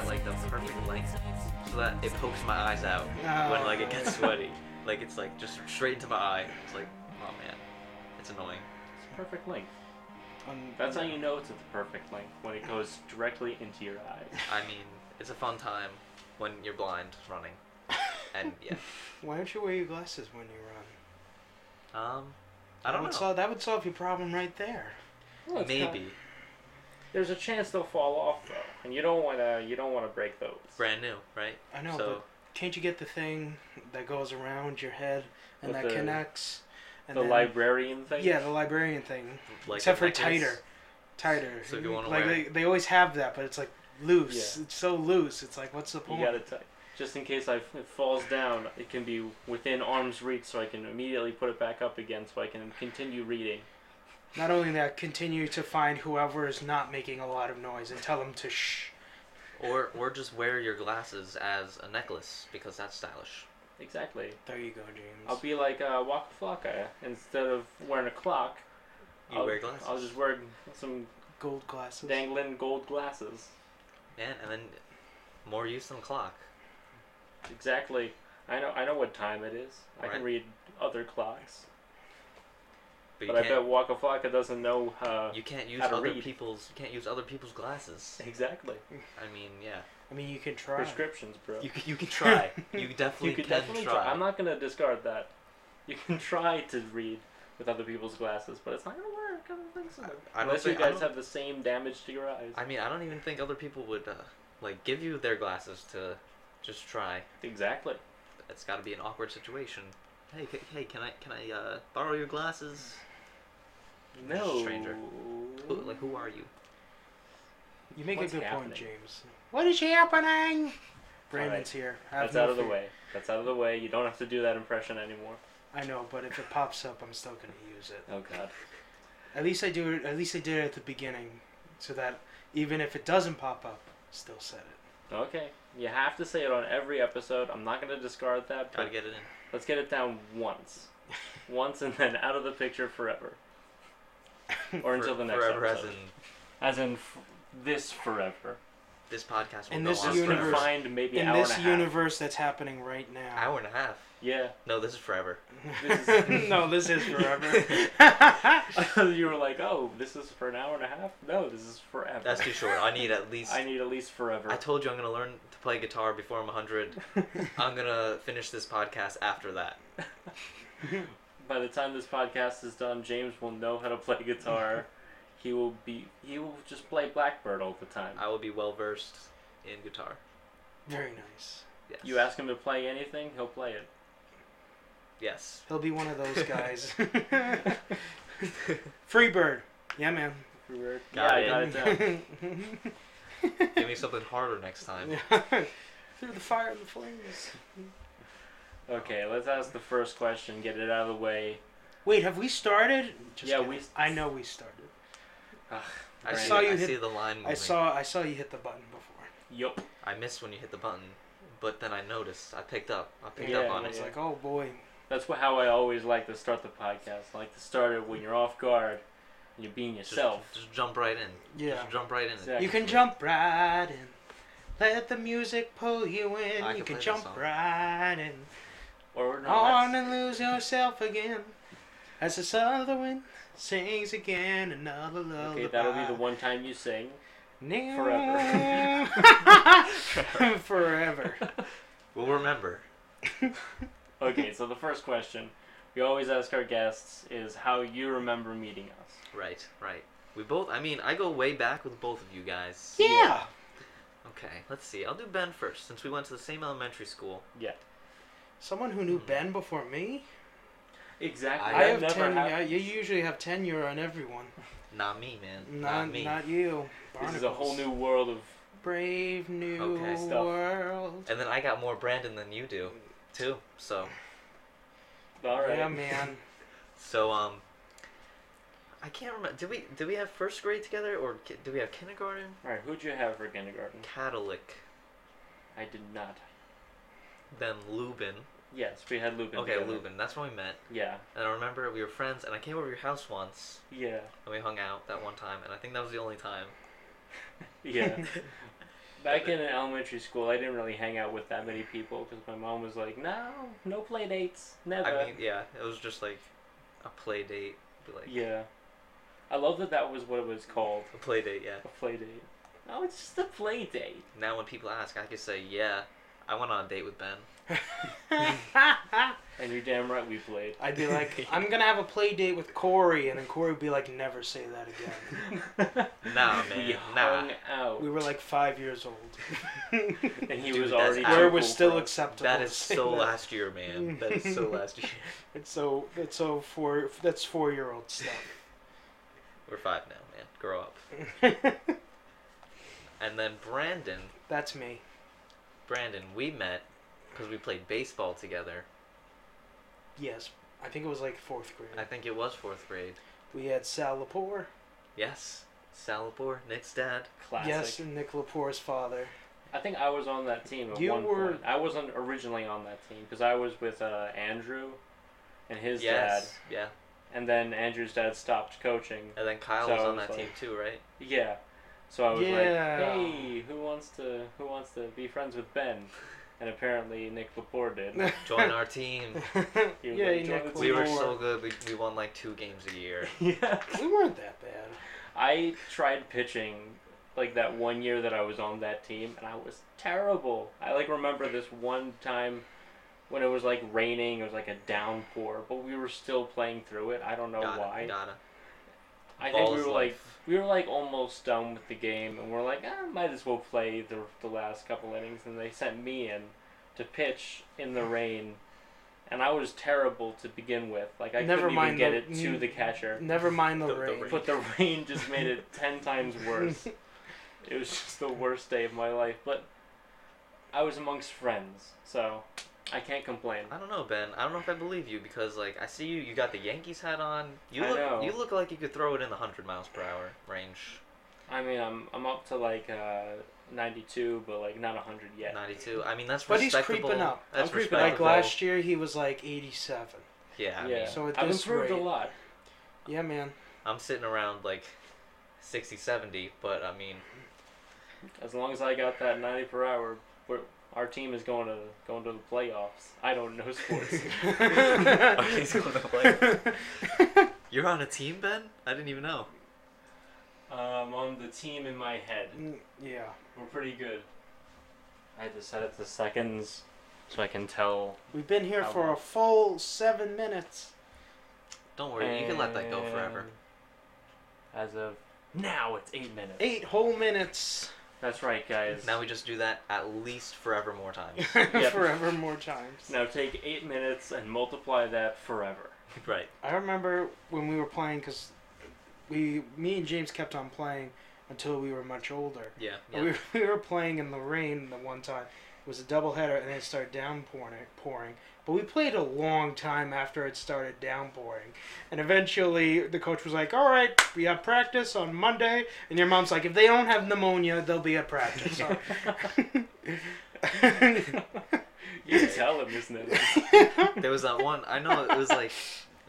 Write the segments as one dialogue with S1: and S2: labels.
S1: Oh,
S2: like the perfect length so that it pokes my eyes out when like it
S1: Oh.
S2: gets sweaty. like it's like just straight into my eye. It's like, oh man, it's annoying.
S3: It's perfect length.
S1: On-
S3: That's how you know it's at the perfect length when it goes directly into your eyes.
S2: I mean, it's a fun time when you're blind running, and yeah.
S1: Why don't you wear your glasses when you run?
S2: Um, I
S1: that
S2: don't
S1: would
S2: know.
S1: Solve, that would solve your problem right there.
S3: Well, it's
S2: Maybe
S3: kinda- there's a chance they'll fall off though, and you don't want to. You don't want to break those.
S2: brand new, right?
S1: I know,
S2: So
S1: but can't you get the thing that goes around your head and
S3: With
S1: that
S3: the-
S1: connects? And
S3: the
S1: then-
S3: librarian thing.
S1: Yeah, the librarian thing.
S2: like
S1: Except
S2: a
S1: for
S2: necklace,
S1: tighter, tighter.
S2: So if you wanna
S1: like
S2: wear-
S1: they, they always have that, but it's like loose.
S3: Yeah.
S1: It's so loose. It's like what's the
S3: You
S1: point?
S3: gotta t- just in case I, it falls down, it can be within arm's reach, so I can immediately put it back up again, so I can continue reading.
S1: Not only that, continue to find whoever is not making a lot of noise and tell them to shh.
S2: Or or just wear your glasses as a necklace because that's stylish.
S3: Exactly.
S1: There you go, James.
S3: I'll be like uh, Waka Flocka. Instead of wearing a clock,
S2: You
S3: I'll,
S2: wear glasses.
S3: I'll just wear some
S1: Gold glasses.
S3: dangling gold glasses.
S2: Man, and then more use than clock.
S3: Exactly. I know. I know what time it is. I
S2: Right.
S3: can read other clocks,
S2: But you
S3: but I bet
S2: can't.
S3: Waka Flocka doesn't know. Uh,
S2: you can't use
S3: how to
S2: other
S3: read.
S2: people's. You can't use other people's glasses.
S3: exactly.
S2: I mean, yeah.
S1: I mean, you can try.
S3: Prescriptions, bro.
S2: You c- you can try. you definitely
S3: you could
S2: can
S3: definitely
S2: try.
S3: try. I'm not gonna discard that. You can try to read with other people's glasses, but it's not gonna work. I don't think so.
S2: I don't
S3: Unless
S2: think,
S3: you
S2: I
S3: guys
S2: don't-
S3: have the same damage to your eyes.
S2: I mean, I don't even think other people would uh, like give you their glasses to just try.
S3: Exactly.
S2: It's got to be an awkward situation. Hey, c- hey, can I can I uh, borrow your glasses?
S3: No.
S2: Stranger. Who, like, who are you?
S1: You make
S3: What's
S1: a good
S3: happening?
S1: point, James. What is happening? Brandon's here. Have
S3: That's
S1: no
S3: out of the
S1: fear.
S3: way. That's out of the way. You don't have to do that impression anymore.
S1: I know, but if it pops up, I'm still gonna use it.
S3: Oh god.
S1: At least I do. it- At least I did it at the beginning, so that even if it doesn't pop up, still said it.
S3: Okay. You have to say it on every episode. I'm not gonna discard that,
S2: Gotta
S3: but
S2: get it in.
S3: let's get it down once. once and then out of the picture forever. Or until
S2: For-
S3: the next
S2: forever,
S3: episode.
S2: as in
S3: As in f- this forever.
S2: this podcast will
S1: In
S2: go
S1: this
S2: on
S3: Just
S2: forever.
S3: to
S1: universe-
S3: find maybe an
S1: In
S3: hour
S1: this
S3: and a half.
S1: universe that's happening right now.
S2: Hour and a half.
S3: Yeah.
S2: No, this is forever.
S3: This is,
S1: no, this is forever.
S3: you were like, oh, this is for an hour and a half? No, this is forever.
S2: That's too short. I need at least.
S3: I need at least forever.
S2: I told you I'm gonna learn to play guitar before I'm 100. I'm gonna finish this podcast after that.
S3: By the time this podcast is done, James will know how to play guitar. he will be. He will just play Blackbird all the time.
S2: I will be well versed in guitar.
S1: Very nice.
S2: Yes.
S3: You ask him to play anything, he'll play it.
S2: Yes.
S1: He'll be one of those guys. Freebird. Yeah, man.
S3: Got
S2: Got
S3: yeah,
S2: it.
S3: I got it down.
S2: Give me something harder next time.
S1: Through the fire and the flames.
S3: Okay, let's ask the first question. Get it out of the way.
S1: Wait, have we started?
S3: Yeah, we-
S1: I know we started.
S2: I
S3: Brandon.
S2: see,
S1: saw you
S2: I
S1: hit-
S2: see the line moving.
S1: I saw. I saw you hit the button before.
S3: Yup.
S2: I missed when you hit the button, but then I noticed. I picked up. I picked
S3: Yeah,
S2: up on
S1: I
S3: yeah.
S2: it.
S1: was like, oh boy.
S3: That's wh- how I always like to start the podcast. I like to start it when you're off guard and you're being
S2: Just,
S3: yourself.
S2: just jump right in.
S1: Yeah.
S2: Just jump right in.
S3: Exactly.
S1: You can jump right in. Let the music pull you in.
S2: I can play
S1: you can
S2: that
S1: jump
S2: song.
S1: right in.
S3: Or no,
S1: On
S3: that's-
S1: Oh, and lose yourself again. As the southern wind sings again another lullaby.
S3: Okay, that'll be the one time you sing.
S1: Now-
S3: Forever.
S1: Forever.
S2: We'll remember.
S3: Okay, so the first question we always ask our guests is how you remember meeting us.
S2: Right, right. We both. I mean, I go way back with both of you guys.
S1: Yeah.
S2: Okay, let's see. I'll do Ben first, since we went to the same elementary school.
S3: Yeah,
S1: Someone who knew Ben before me.
S3: exactly.
S2: I
S1: I
S2: That
S1: have ten. yeah, you usually have tenure on everyone.
S2: Not me, man. Not,
S1: Not,
S2: me.
S1: not you.
S3: This is a whole
S1: Barnacles.
S3: new world of.
S1: brave new
S2: Okay,
S3: stuff.
S1: world.
S2: And then I got more Brandon than you do, too. So,
S3: All right.
S1: Yeah, man.
S2: so um. I can't remember. Did we did we have first grade together or ki- did we have kindergarten?
S3: All right. Who'd you have for kindergarten?
S2: Catholic,
S3: I did not.
S2: then Lubin.
S3: Yes, we had Lubin.
S2: Okay,
S3: together.
S2: Lubin. That's when we met.
S3: Yeah.
S2: And I remember we were friends, and I came over to your house once,
S3: Yeah.
S2: and we hung out that one time, and I think that was the only time.
S3: Yeah. Back in elementary school, I didn't really hang out with that many people because my mom was like, "No, no play dates, never."
S2: I mean, yeah, it was just like a play date, but like
S3: yeah, I love that that was what it was called,
S2: a play date. Yeah.
S3: a play date. No, it's just a play date.
S2: Now when people ask, I could say, yeah, I went on a date with Ben.
S3: And you're damn right we played.
S1: I'd be like, I'm gonna have a play date with Corey, and then Corey would be like, never say that again.
S2: Nah,
S3: we
S2: Oh, man, nah.
S3: hung out.
S1: We were like five years old.
S3: and he
S2: Dude,
S3: was
S2: that's
S3: already.
S2: actually-
S3: too
S1: Where
S2: Where
S3: cool
S1: was still
S3: for us.
S1: acceptable.
S2: That
S1: to
S2: is
S1: say
S2: so
S1: that. Mm.
S2: last year, man. That is so last year.
S1: It's so it's so four. That's four year old stuff.
S2: We're five now, man. Grow up. And then Brandon,
S1: that's me.
S2: Brandon, we met because we played baseball together.
S1: Yes, I think it was like fourth grade.
S2: I think it was fourth grade.
S1: we had Sal Lepore.
S2: Yes, Salapur, Nick's dad.
S3: Classic.
S1: Yes, and Nick Lepore's father.
S3: I think I was on that team at
S1: You
S3: one
S1: were-
S3: point. I wasn't originally on that team because I was with uh, Andrew and his
S2: yes, yeah.
S3: dad, and then Andrew's dad stopped coaching.
S2: And then Kyle
S3: So
S2: was
S3: I
S2: on
S3: was
S2: that team
S3: like-
S2: too, right?
S3: Yeah, so I was
S1: Yeah.
S3: like, "Hey, who wants to who wants to be friends with Ben?" And apparently Nick Lepore did.
S2: Join our team.
S3: He was
S1: yeah,
S3: like,
S1: Nick
S3: "Jonathan,
S2: We were
S1: Lepore.
S2: so good. We, we won like two games a year.
S3: yeah,
S1: We weren't that bad.
S3: I tried pitching like that one year that I was on that team, and I was terrible. I like remember this one time when it was like raining, it was like a downpour, but we were still playing through it. I don't know
S2: Donna,
S3: Oh, why.
S2: Donna.
S3: I think
S2: Ball
S3: we
S2: is
S3: were like
S2: life.
S3: we were like almost done with the game, and we're like, ah, might as well play the the last couple innings. And they sent me in to pitch in the rain, and I was terrible to begin with. Like I
S1: Never
S3: couldn't
S1: mind
S3: even
S1: the-
S3: get it to the catcher.
S1: Never mind the,
S2: The- the
S1: rain.
S2: rain.
S3: But the rain just made it ten times worse. It was just the worst day of my life. But I was amongst friends, so I can't complain.
S2: I don't know, Ben. I don't know if I believe you because like I see you. You got the Yankees hat on. You
S3: I
S2: look.
S3: know.
S2: You look like you could throw it in the hundred miles per hour range.
S3: I mean, I'm I'm up to like uh, 92, but like not 100 yet.
S2: Ninety-two. I mean that's
S1: But he's
S2: respectable.
S1: creeping up.
S2: That's
S3: I'm creeping up.
S2: respectable.
S1: Like last year, he was like 87.
S2: Yeah. I
S3: yeah,
S2: mean,
S1: So at
S3: I've
S1: this
S3: improved
S1: rate-
S3: a lot.
S1: Yeah, man.
S2: I'm sitting around like 60, 70, but I mean,
S3: As long as I got that 90 per hour, we're, our team is going to going to the playoffs. I don't know sports.
S2: he's going to play. You're on a team, Ben? I didn't even know.
S3: um, on the team in my head,
S1: Mm, yeah.
S3: we're pretty good. I had to set up the seconds so I can tell.
S1: We've been here
S3: How
S1: for
S3: long?
S1: a full seven minutes.
S2: Don't worry, you can let that go forever.
S3: And As of now, it's eight minutes.
S1: Eight whole minutes.
S3: That's right, guys.
S2: Now we just do that at least forever more times.
S1: Forever more times.
S3: now take eight minutes and multiply that forever.
S2: right.
S1: I remember when we were playing because we, me and James kept on playing until we were much older.
S2: Yeah.
S1: And We, were, we were playing in the rain the one time. It was a doubleheader, and then it started downpouring. Pouring. But we played a long time after it started downpouring. And eventually, the coach was like, all right, we have practice on Monday. And your mom's like, if they don't have pneumonia, they'll be at practice. on-"
S3: You tell him, isn't it?
S2: There was that one. I know it was like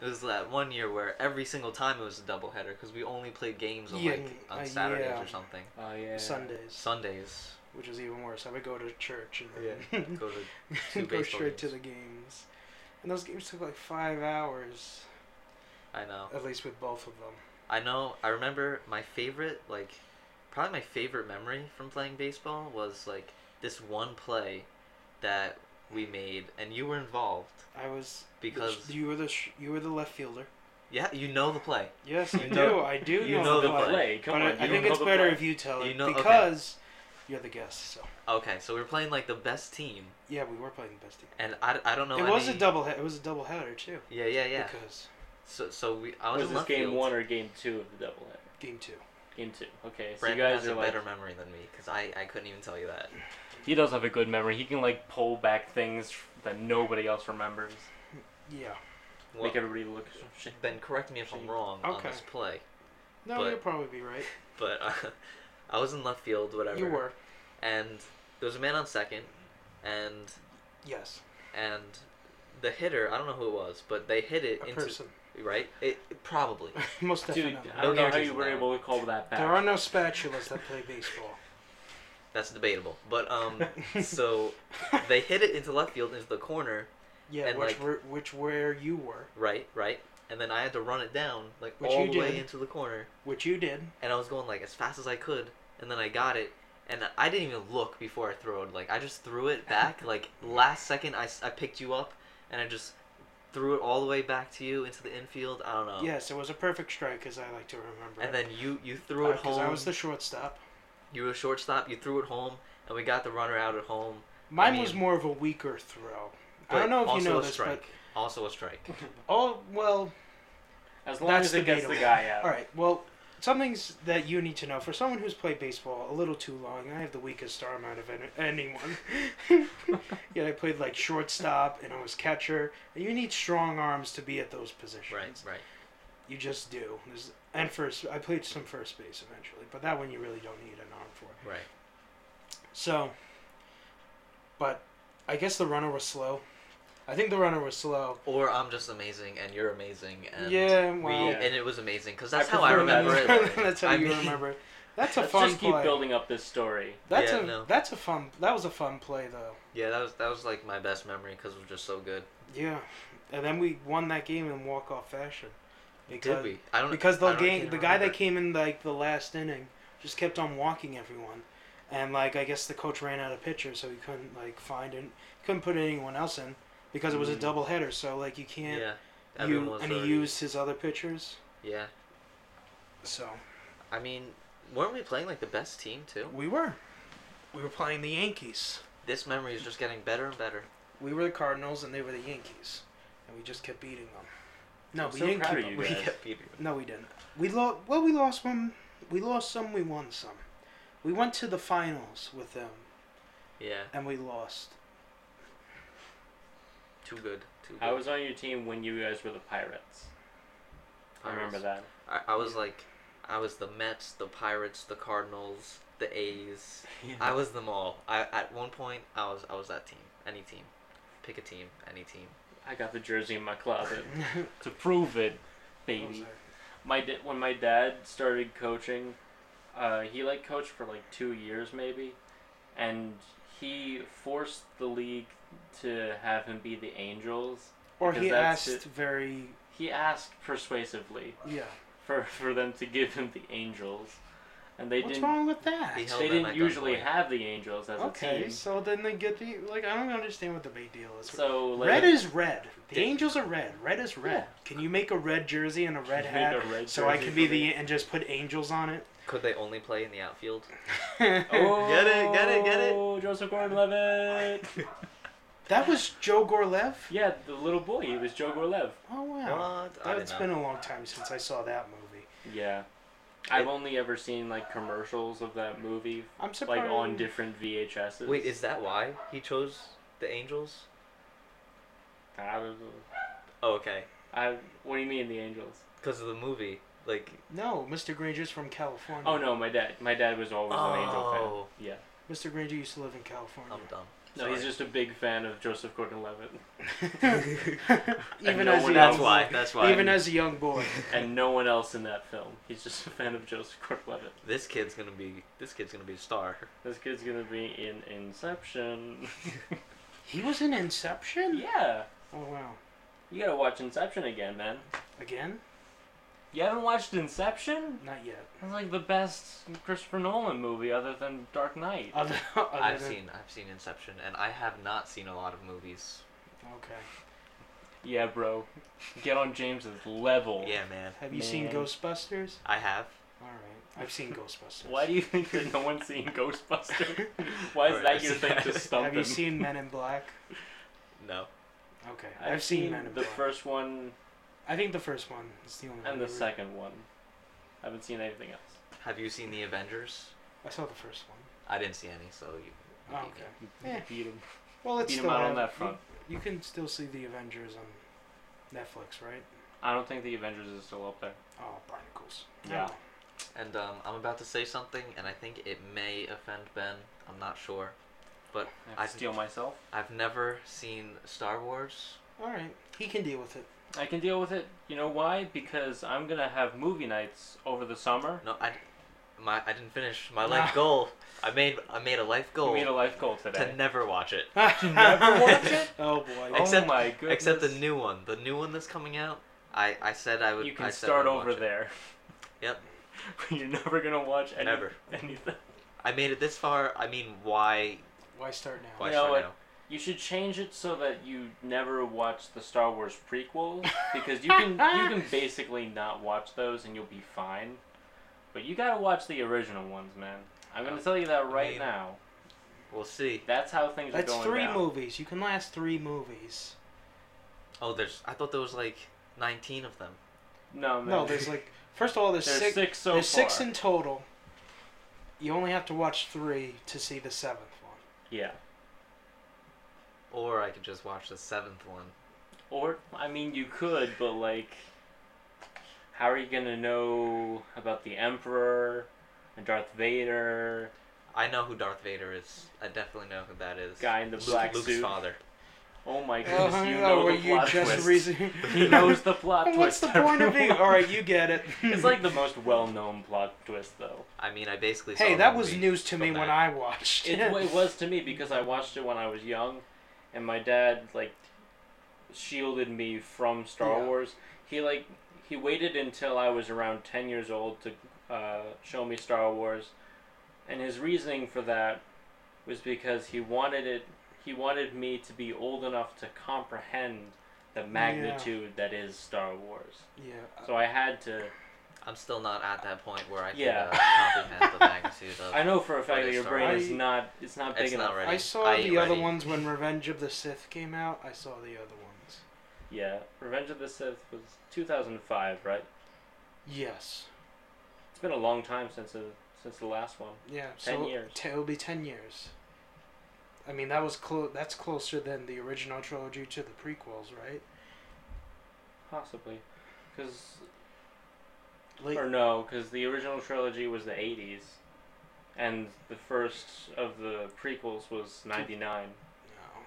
S2: it was that one year where every single time it was a doubleheader because we only played games on
S1: Yeah,
S2: like on
S1: uh,
S2: Saturdays
S1: yeah.
S2: or something.
S3: Oh yeah.
S1: Sundays,
S2: Sundays,
S1: which is even worse. I would go to church
S2: go
S1: and then
S2: to two
S1: go
S2: baseball
S1: straight to
S2: games.
S1: the games. And those games took like five hours,
S2: I know.
S1: at least with both of them.
S2: I know. I remember my favorite, like, probably my favorite memory from playing baseball was like this one play that we made, and you were involved
S1: I was
S2: because
S1: you were the sh- you were the left fielder.
S2: yeah, you know the play.
S1: Yes, I
S2: You
S1: do.
S2: know-
S1: I do
S2: you
S1: know,
S2: know
S1: the
S2: the
S1: play.
S2: play.
S3: Come
S1: But
S3: on,
S1: I,
S3: you
S1: I think
S3: know
S1: it's
S3: the
S1: better
S3: play.
S1: if you tell it
S2: You know- okay.
S1: because you're the guest. So
S2: Okay, so we were playing like the best team,
S1: yeah, we were playing the best team.
S2: and I, I don't know.
S1: it was
S2: any-
S1: a double. It was a double header too.
S2: Yeah, yeah, yeah.
S1: Because
S2: So, so we I was,
S3: Was
S2: in
S3: this
S2: left
S3: game
S2: field.
S3: one or game two of the doubleheader?
S1: game two.
S3: Game two. Okay, so
S2: Brandon
S3: you
S2: has
S3: guys
S2: a
S3: are like.
S2: better memory than me because I, I couldn't even tell you that.
S3: He does have a good memory. He can like pull back things that nobody else remembers.
S1: Yeah.
S2: Well,
S3: Make everybody look. Shit.
S2: Ben, correct me if I'm wrong on
S1: Okay.
S2: this play,
S1: No,
S2: But-
S1: you'll probably be right.
S2: but uh, I was in left field, whatever.
S1: You were.
S2: And there was a man on second, and
S1: Yes.
S2: and the hitter, I don't know who it was, but they hit it
S1: A
S2: into
S1: person.
S2: right. It, probably
S1: Most
S3: Dude,
S1: definitely.
S3: I don't know how
S2: guarantees
S3: you were
S2: now.
S3: able to call that back.
S1: There are no spatulas that play baseball.
S2: That's debatable. But um, so they hit it into left field into the corner,
S1: yeah,
S2: and,
S1: which
S2: like-
S1: were, which where you were,
S2: right, right, and then I had to run it down like
S1: Which
S2: all
S1: you
S2: the way
S1: did.
S2: into the corner,
S1: which you did.
S2: and I was going like as fast as I could, and then I got it, and I didn't even look before I threw it. Like I just threw it back. like last second, I, s- I picked you up, and I just threw it all the way back to you into the infield. I don't know.
S1: Yes, it was a perfect strike, as I like to
S2: Oh.
S1: remember.
S2: And
S1: it.
S2: then you you threw it
S1: Uh, 'cause
S2: home.
S1: I was the shortstop.
S2: You were shortstop. You threw it home, and we got the runner out at home.
S1: Mine
S2: mean-
S1: was more of a weaker throw. I
S2: but
S1: don't know if you
S2: also
S1: know
S2: a
S1: this,
S2: strike. Also a strike.
S1: but oh well.
S3: As long
S1: That's
S3: as it gets the
S1: debatable.
S3: guy out.
S1: All right, well, some things that you need to know for someone who's played baseball a little too long. I have the weakest arm out of any, anyone. Yet I played like shortstop and I was catcher. And you need strong arms to be at those positions.
S2: Right, right.
S1: You just do. There's, and first, I played some first base eventually, but that one you really don't need an arm for.
S2: Right.
S1: So, but I guess the runner was slow. I think the runner was slow.
S2: Or I'm just amazing and you're amazing and
S1: yeah,
S2: we
S1: well,
S2: and it was amazing because
S3: I
S2: that's how I
S3: prefer that.
S2: remember it.
S1: that's how
S2: I
S1: you
S2: mean-
S1: remember. it. That's a
S3: Let's
S1: fun
S3: just keep
S1: play.
S3: building up this story.
S1: That's
S2: Yeah,
S1: a
S2: no.
S1: that's a fun that was a fun play though.
S2: Yeah, that was that was like my best memory because it was just so good.
S1: Yeah, and then we won that game in walk off fashion.
S2: Did we? I don't
S1: Because
S2: I
S1: the
S2: don't-
S1: game,
S2: can't
S1: the guy that
S2: remember.
S1: came in like the last inning just kept on walking everyone, and like I guess the coach ran out of pitchers, so he couldn't like find and couldn't put anyone else in because it was a
S3: Mm.
S1: double header. So like you can't
S2: Mm-hmm. Yeah. Everyone
S1: you
S2: was
S1: and he
S2: already-
S1: used his other pitchers.
S2: Yeah.
S1: So
S2: I mean, weren't we playing like the best team too?
S1: we were, we were playing the Yankees.
S2: This memory is just getting better and better.
S1: We were the Cardinals and they were the Yankees, and we just kept beating them. No,
S3: I'm
S1: we
S3: so
S1: didn't
S3: proud
S1: keep
S3: of you
S2: We
S3: guys.
S2: kept beating.
S1: No, we didn't. We lost. Well, we lost one. We lost some. We won some. We went to the finals with them,
S2: Yeah.
S1: and we lost.
S2: Too good. Too good.
S3: I was on your team when you guys were the Pirates. I remember that.
S2: I, I was like, I was the Mets, the Pirates, the Cardinals, the A's. I was them all. I at one point I was I was that team. Any team, pick a team. Any team.
S3: I got the jersey in my closet to prove it, baby. My da- when my dad started coaching, uh, he like coached for like two years maybe, and he forced the league to have him be the Angels.
S1: or
S3: Because
S1: he
S3: that's
S1: asked
S3: it.
S1: very.
S3: He asked persuasively
S1: Yeah.
S3: for for them to give him the Angels, and they
S1: What's
S3: didn't.
S1: wrong with that?
S2: They held
S3: They
S2: them at
S3: didn't
S2: gunpoint.
S3: usually have the Angels as a
S1: Okay,
S3: team.
S1: so then they get the like. I don't understand what the big deal is.
S3: So like,
S1: red is red. The
S3: They-
S1: Angels are red. Red is red. Can you make a red jersey and a red
S3: Make
S1: hat
S3: a red
S1: so I
S3: jersey
S1: can
S3: for
S1: be
S3: the-
S1: the and just put angels on it?
S2: Could they only play in the outfield?
S3: Oh,
S2: Get it, get it, get it.
S3: Joseph Gordon-Levitt.
S1: that was Joe Gorlev.
S3: yeah, the little boy. He was Joe Gorlev.
S1: Oh wow.
S2: What? I
S1: That's
S2: didn't
S1: been
S2: know.
S1: a long time since I saw that movie.
S3: Yeah, I've only ever seen like commercials of that movie,
S1: I'm
S3: like
S1: surprised.
S3: on different VHSs.
S2: Wait, is that why he chose the Angels?
S3: I, was-
S2: Oh, okay.
S3: I. What do you mean the Angels?
S2: Because of the movie, like.
S1: No, Mr. Granger's from California.
S3: Oh no, my dad. My dad was always an Angel
S2: Oh.
S3: fan. Yeah.
S1: Mr. Granger used to live in California.
S3: Oh,
S2: I'm dumb.
S3: No, he's just a big fan of Joseph Gordon-Levitt,
S1: even
S3: no
S1: as a young,
S3: one
S2: That's
S3: else-
S2: why. That's why.
S1: even as a young boy.
S3: and no one else in that film. He's just a fan of Joseph Gordon-Levitt.
S2: this kid's gonna be this kid's gonna be a star.
S3: This kid's gonna be in Inception.
S1: He was in Inception.
S3: yeah,
S1: Oh wow.
S3: you gotta watch Inception again, man.
S1: Again?
S3: You haven't watched Inception?
S1: Not yet.
S3: That's like the best Christopher Nolan movie other than Dark Knight.
S1: Other, other
S2: I've
S1: than-
S2: seen I've seen Inception, and I have not seen a lot of movies.
S1: Okay.
S3: Yeah, bro. Get on James's level.
S2: Yeah, man.
S1: Have you seen
S3: Man.
S1: Ghostbusters?
S2: I have.
S1: All right. I've seen Ghostbusters.
S3: Why do you think that no one's seen Ghostbusters? Why is
S2: Alright,
S3: that
S2: I've
S3: your
S2: seen
S3: thing to
S2: that.
S3: stump
S1: Have
S3: him?
S1: you seen Men in Black?
S2: No.
S1: Okay.
S3: I've,
S1: I've,
S3: seen,
S1: Men in
S3: the
S1: Black.
S3: first one
S1: I think the first one is the only one.
S3: and
S1: I
S3: the
S1: re-
S3: second one. I haven't seen anything else.
S2: Have you seen the Avengers?
S1: I saw the first one.
S2: I didn't see any, so you. you beat
S1: Oh,
S2: me.
S1: okay.
S3: You
S1: Yeah.
S3: Beat him.
S1: Well, it's
S3: Beat him
S1: still
S3: out on
S1: out.
S3: that front.
S1: You can still see the Avengers on Netflix, right?
S3: I don't think the Avengers is still up there.
S1: Oh, barnacles.
S3: Yeah.
S1: Oh.
S2: And um, I'm about to say something, and I think it may offend Ben. I'm not sure.
S3: I have to
S2: I-
S3: steal myself.
S2: I've never seen Star Wars.
S1: Oh, All right. He can deal with it.
S3: I can deal with it. You know why? Because I'm gonna have movie nights over the summer.
S2: No, I. my I didn't finish my life goal. I made I made a life
S3: You
S2: goal
S3: made a life goal
S2: to
S3: today.
S2: never watch it.
S3: never watch it?
S1: Oh boy.
S3: Oh
S2: Except-
S3: my goodness.
S2: Except the new one, the new one that's coming out. I, I said I would.
S3: You can
S2: I said I
S3: start
S2: would
S3: over
S2: watch it.
S3: there.
S2: Yep.
S3: You're never gonna watch any,
S2: Never.
S3: anything.
S2: I made it this far. I mean, why?
S1: Why start now?
S2: Why
S3: You know
S2: start
S3: what?
S2: now?
S3: You should change it so that you never watch the Star Wars prequels because you can you can basically not watch those and you'll be fine. But you gotta watch the original ones, man. I'm gonna tell you that right
S2: mean-
S3: now.
S2: We'll see.
S3: That's how things
S1: That's
S3: are going
S1: three
S3: down.
S1: movies. You can last three movies.
S2: Oh, there's. I thought there was like 19 of them.
S3: No, man.
S1: No, there's like first of all, there's,
S3: there's six,
S1: six.
S3: so
S1: there's
S3: far.
S1: six in total. You only have to watch three to see the seventh one.
S3: yeah.
S2: Or I could just watch the seventh one.
S3: Or I mean, you could, but like, how are you gonna know about the Emperor and Darth Vader,
S2: I know who Darth Vader is. I definitely know who that is.
S3: guy in the
S2: Luke-
S3: black
S2: Luke's
S3: suit?
S2: father.
S3: Oh my
S1: Oh,
S3: goodness, you
S1: no,
S3: know
S1: were
S3: the
S1: you
S3: plot
S1: just
S3: twist.
S1: reason-
S3: He knows the plot twist.
S1: What's the point of being?
S3: everyone.
S1: All right, you get it.
S3: It's like the most well-known plot twist, though.
S2: I mean, I basically. saw
S1: hey,
S2: the
S1: that was
S2: movie
S1: news to
S2: from
S1: me
S2: that.
S1: when I watched
S3: It, it was to me because I watched it when I was young, and my dad like shielded me from Star
S1: Yeah.
S3: Wars. He like he waited until I was around ten years old to uh, show me Star Wars, and his reasoning for that was because he wanted it. He wanted me to be old enough to comprehend the magnitude that is Star Wars.
S1: yeah.
S3: So I had to.
S2: I'm still not at that point where I can
S3: Yeah.
S2: uh, comprehend the magnitude of.
S3: I know for a fact
S2: Other
S3: that your
S2: Star
S3: brain
S1: Wars.
S3: is not. It's not big
S2: It's
S3: enough.
S2: not ready.
S1: I saw
S2: I ain't
S1: the other
S2: ready.
S1: ones when Revenge of the Sith came out. I saw the other ones.
S3: Yeah, Revenge of the Sith was 2005, right?
S1: Yes.
S3: It's been a long time since the since the last one.
S1: Yeah. So
S3: Ten years.
S1: te- it'll be ten years. I mean, that was close. That's closer than the original trilogy to the prequels, right?
S3: Possibly, because
S1: Like,
S3: or no, because the original trilogy was the 80s, and the first of the prequels was 99.
S1: no.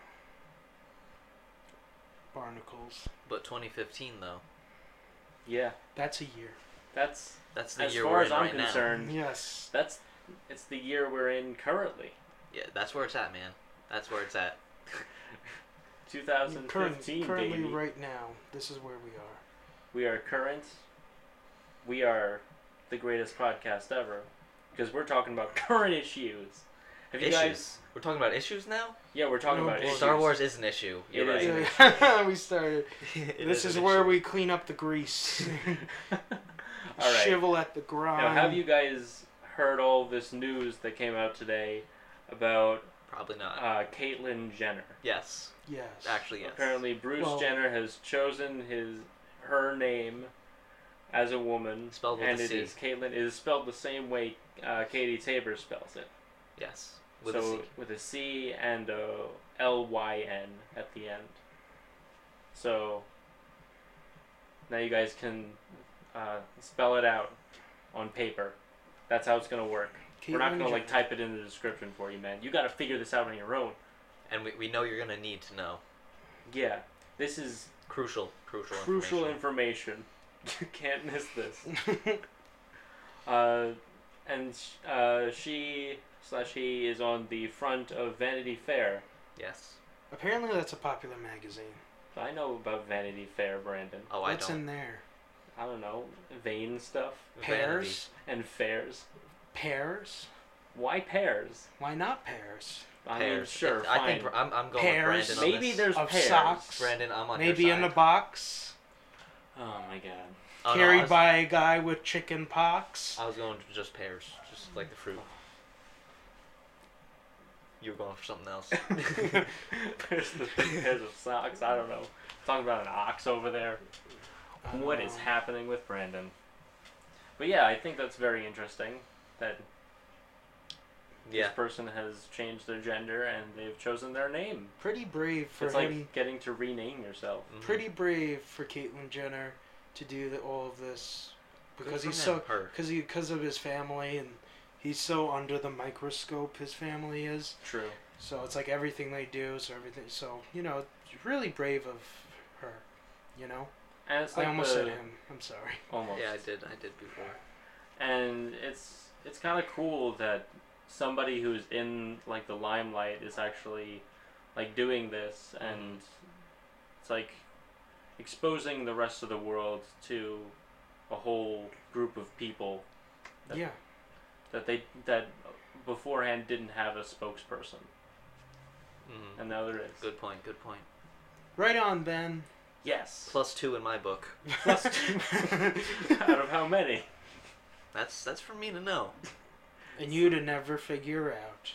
S1: Barnacles.
S2: But 2015 though.
S3: Yeah,
S1: That's a year.
S3: that's
S2: That's the
S3: as
S2: year
S3: far
S2: we're
S3: as
S2: in
S3: I'm
S2: right
S3: concerned.
S1: Yes.
S3: That's it's the year we're in currently,
S2: now. Yeah, that's where it's at, man. That's where it's at.
S3: 2015.
S1: Currently, currently
S3: baby.
S1: right now, this is where we are.
S3: We are current. We are the greatest podcast ever because we're talking about current issues. Have you
S2: issues.
S3: guys?
S2: We're talking about issues now.
S3: Yeah, we're talking
S1: No,
S3: about
S1: boy.
S3: issues.
S2: Star Wars is an issue. You're
S3: It is
S2: right.
S3: an
S1: Yeah, we started.
S2: It
S1: this
S2: an
S1: is, where
S2: issue.
S1: we clean up the grease.
S2: Um,
S3: All right.
S1: Shivel at the grime.
S3: Now, have you guys heard all this news that came out today about
S2: Probably not.
S3: uh, Caitlyn Jenner?
S2: yes,
S1: Yes.
S2: actually yes.
S3: Apparently, Bruce
S1: Well-
S3: Jenner has chosen his her name as a woman,
S2: Spelled with
S3: and
S2: a
S3: it
S2: C.
S3: is Caitlyn. It is spelled the same way uh, Katie Tabor spells it.
S2: yes. With
S3: so
S2: a C.
S3: with a C and a L Y N at the end. So now you guys can uh, spell it out on paper. That's how it's gonna work. We're not
S1: Caitlyn
S3: gonna like
S1: Jenner.
S3: type it in the description for you, man. You gotta figure this out on your own.
S2: and we, we know you're gonna need to know
S3: Yeah, this is
S2: crucial, crucial,
S3: crucial
S2: information.
S3: information. You can't miss this. Uh, and sh- uh, she slash he is on the front of Vanity Fair.
S2: yes.
S1: Apparently, that's a popular magazine.
S3: I know about Vanity Fair, Brandon.
S2: Oh, I
S1: What's
S2: don't.
S1: in there?
S3: I don't know, vain stuff
S2: Vanity.
S1: Pears?
S3: and fairs.
S1: Pears?
S3: Why pears?
S1: Why not pears?
S3: I mean,
S2: Pears.
S3: sure,
S2: It-
S3: fine.
S2: I think I'm, I'm going
S1: Pears.
S2: with Brandon on
S3: Maybe
S2: this.
S3: there's
S1: Of
S3: pears.
S1: socks.
S2: Brandon. I'm on
S1: Maybe
S2: your
S1: in
S2: side.
S1: a box,
S3: Oh my god.
S2: Oh, no, I
S1: carried
S2: was-
S1: by a guy with chicken pox.
S2: I was going to just pears, just like the fruit. You were going for something else.
S3: There's the thin pairs of socks. I don't know. Talking about an ox over there.
S1: I
S3: Um, What
S1: don't
S3: is
S1: know.
S3: happening with Brandon? But yeah, I think that's very interesting that
S2: yeah.
S3: this person has changed their gender and they've chosen their name.
S1: Pretty brave for
S3: it's
S1: him.
S3: like getting to rename yourself.
S2: Mhm.
S1: Pretty brave for Caitlyn Jenner to do the, all of this
S2: Mm-hmm. Good
S1: because
S2: for
S1: he's
S2: him,
S1: so
S2: her.
S1: because he because of his family and he's so under the microscope. His family is.
S3: True.
S1: So it's like everything they do, so everything. So you know, it's really brave of her. You know,
S3: And it's
S1: I
S3: like
S1: almost
S3: the,
S1: said him. I'm sorry.
S3: Almost.
S2: Yeah, I did. I did before.
S3: and it's it's kind of cool that somebody who's in like the limelight is actually like doing this
S2: Mm-hmm.
S3: and it's like exposing the rest of the world to a whole group of people That-
S1: Yeah.
S3: that they that beforehand didn't have a spokesperson
S2: Mm.
S3: and now there is
S2: Good point. Good point.
S1: Right on, Ben.
S3: yes
S2: Plus two in my book.
S3: Plus two. out of how many
S2: That's that's for me to know.
S1: and you to never figure out.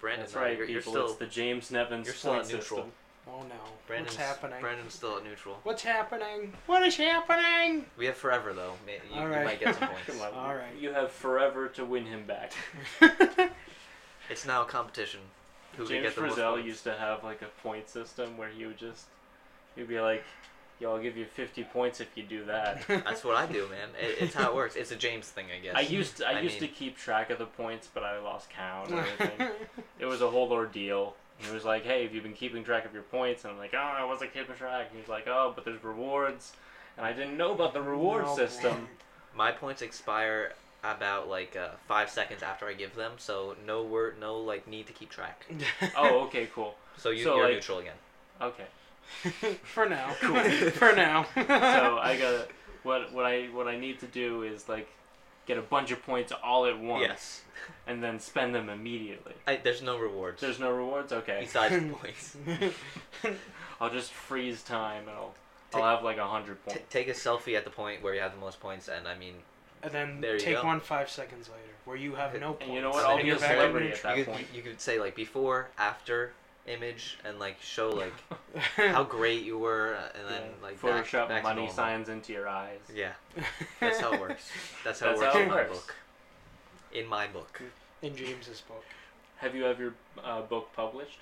S2: Brandon,
S3: that's right
S2: You're, you're
S3: people it's
S2: still
S3: the james nevins
S2: you're still
S3: point
S2: at neutral.
S3: system
S1: Oh no.
S2: Brandon's,
S1: What's happening?
S2: Brandon's still at neutral.
S1: What's happening? What is happening?
S2: We have forever though. May- You, you
S1: Alright.
S2: might get some
S3: Come
S2: points.
S3: on.
S1: All right.
S3: You have forever to win him back.
S2: It's now a competition. Who can
S3: James
S2: get the most
S3: Frizzell
S2: points.
S3: used to have like a point system where he would just he'd be like, "Yo, I'll give you 50 points if you do that."
S2: That's what I do, man. It, it's how it works. It's a James thing, I guess.
S3: I used I,
S2: I
S3: used
S2: mean-
S3: to keep track of the points, but I lost count. And everything. it was a whole ordeal. He was like, "Hey, have you been keeping track of your points?" And I'm like, "Oh, I wasn't keeping track." And he's like, "Oh, but there's rewards." And I didn't know about the reward
S1: No.
S3: system.
S2: My points expire about like uh, five seconds after I give them, so no word, no like need to keep track.
S3: Oh, okay, cool.
S2: So you,
S3: So,
S2: you're
S3: like-
S2: neutral again.
S3: Okay.
S1: For now.
S3: Cool.
S1: For now.
S3: so I got to what what I what I need to do is like get a bunch of points all at once
S2: Yes.
S3: and then spend them immediely.
S2: I, there's no rewards
S3: There's no rewards. Okay,
S2: besides points.
S3: I'll just freeze time and I'll
S2: Ta-
S3: I'll have like a hundred
S2: T-
S3: points.
S2: take a selfie at the point where you have the most points, and I mean,
S1: And then
S2: There you
S1: take
S2: go.
S1: one five seconds later, where you have no points.
S3: And you know what? I'll
S2: And
S3: be a
S2: you're
S1: you're back at
S3: celebrity at
S1: neutral.
S3: that
S2: you could,
S3: point.
S2: you could say like before, after image, and like show like how great you were, uh, and then
S3: Yeah.
S2: like back-
S3: Photoshop
S2: back to
S3: money
S2: normal.
S3: signs into your eyes.
S2: Yeah, that's how it works. That's how
S3: That's
S2: it works
S3: how it
S2: in
S3: works.
S2: my book. In my book,
S1: In James's book.
S3: Have you have your uh, book published?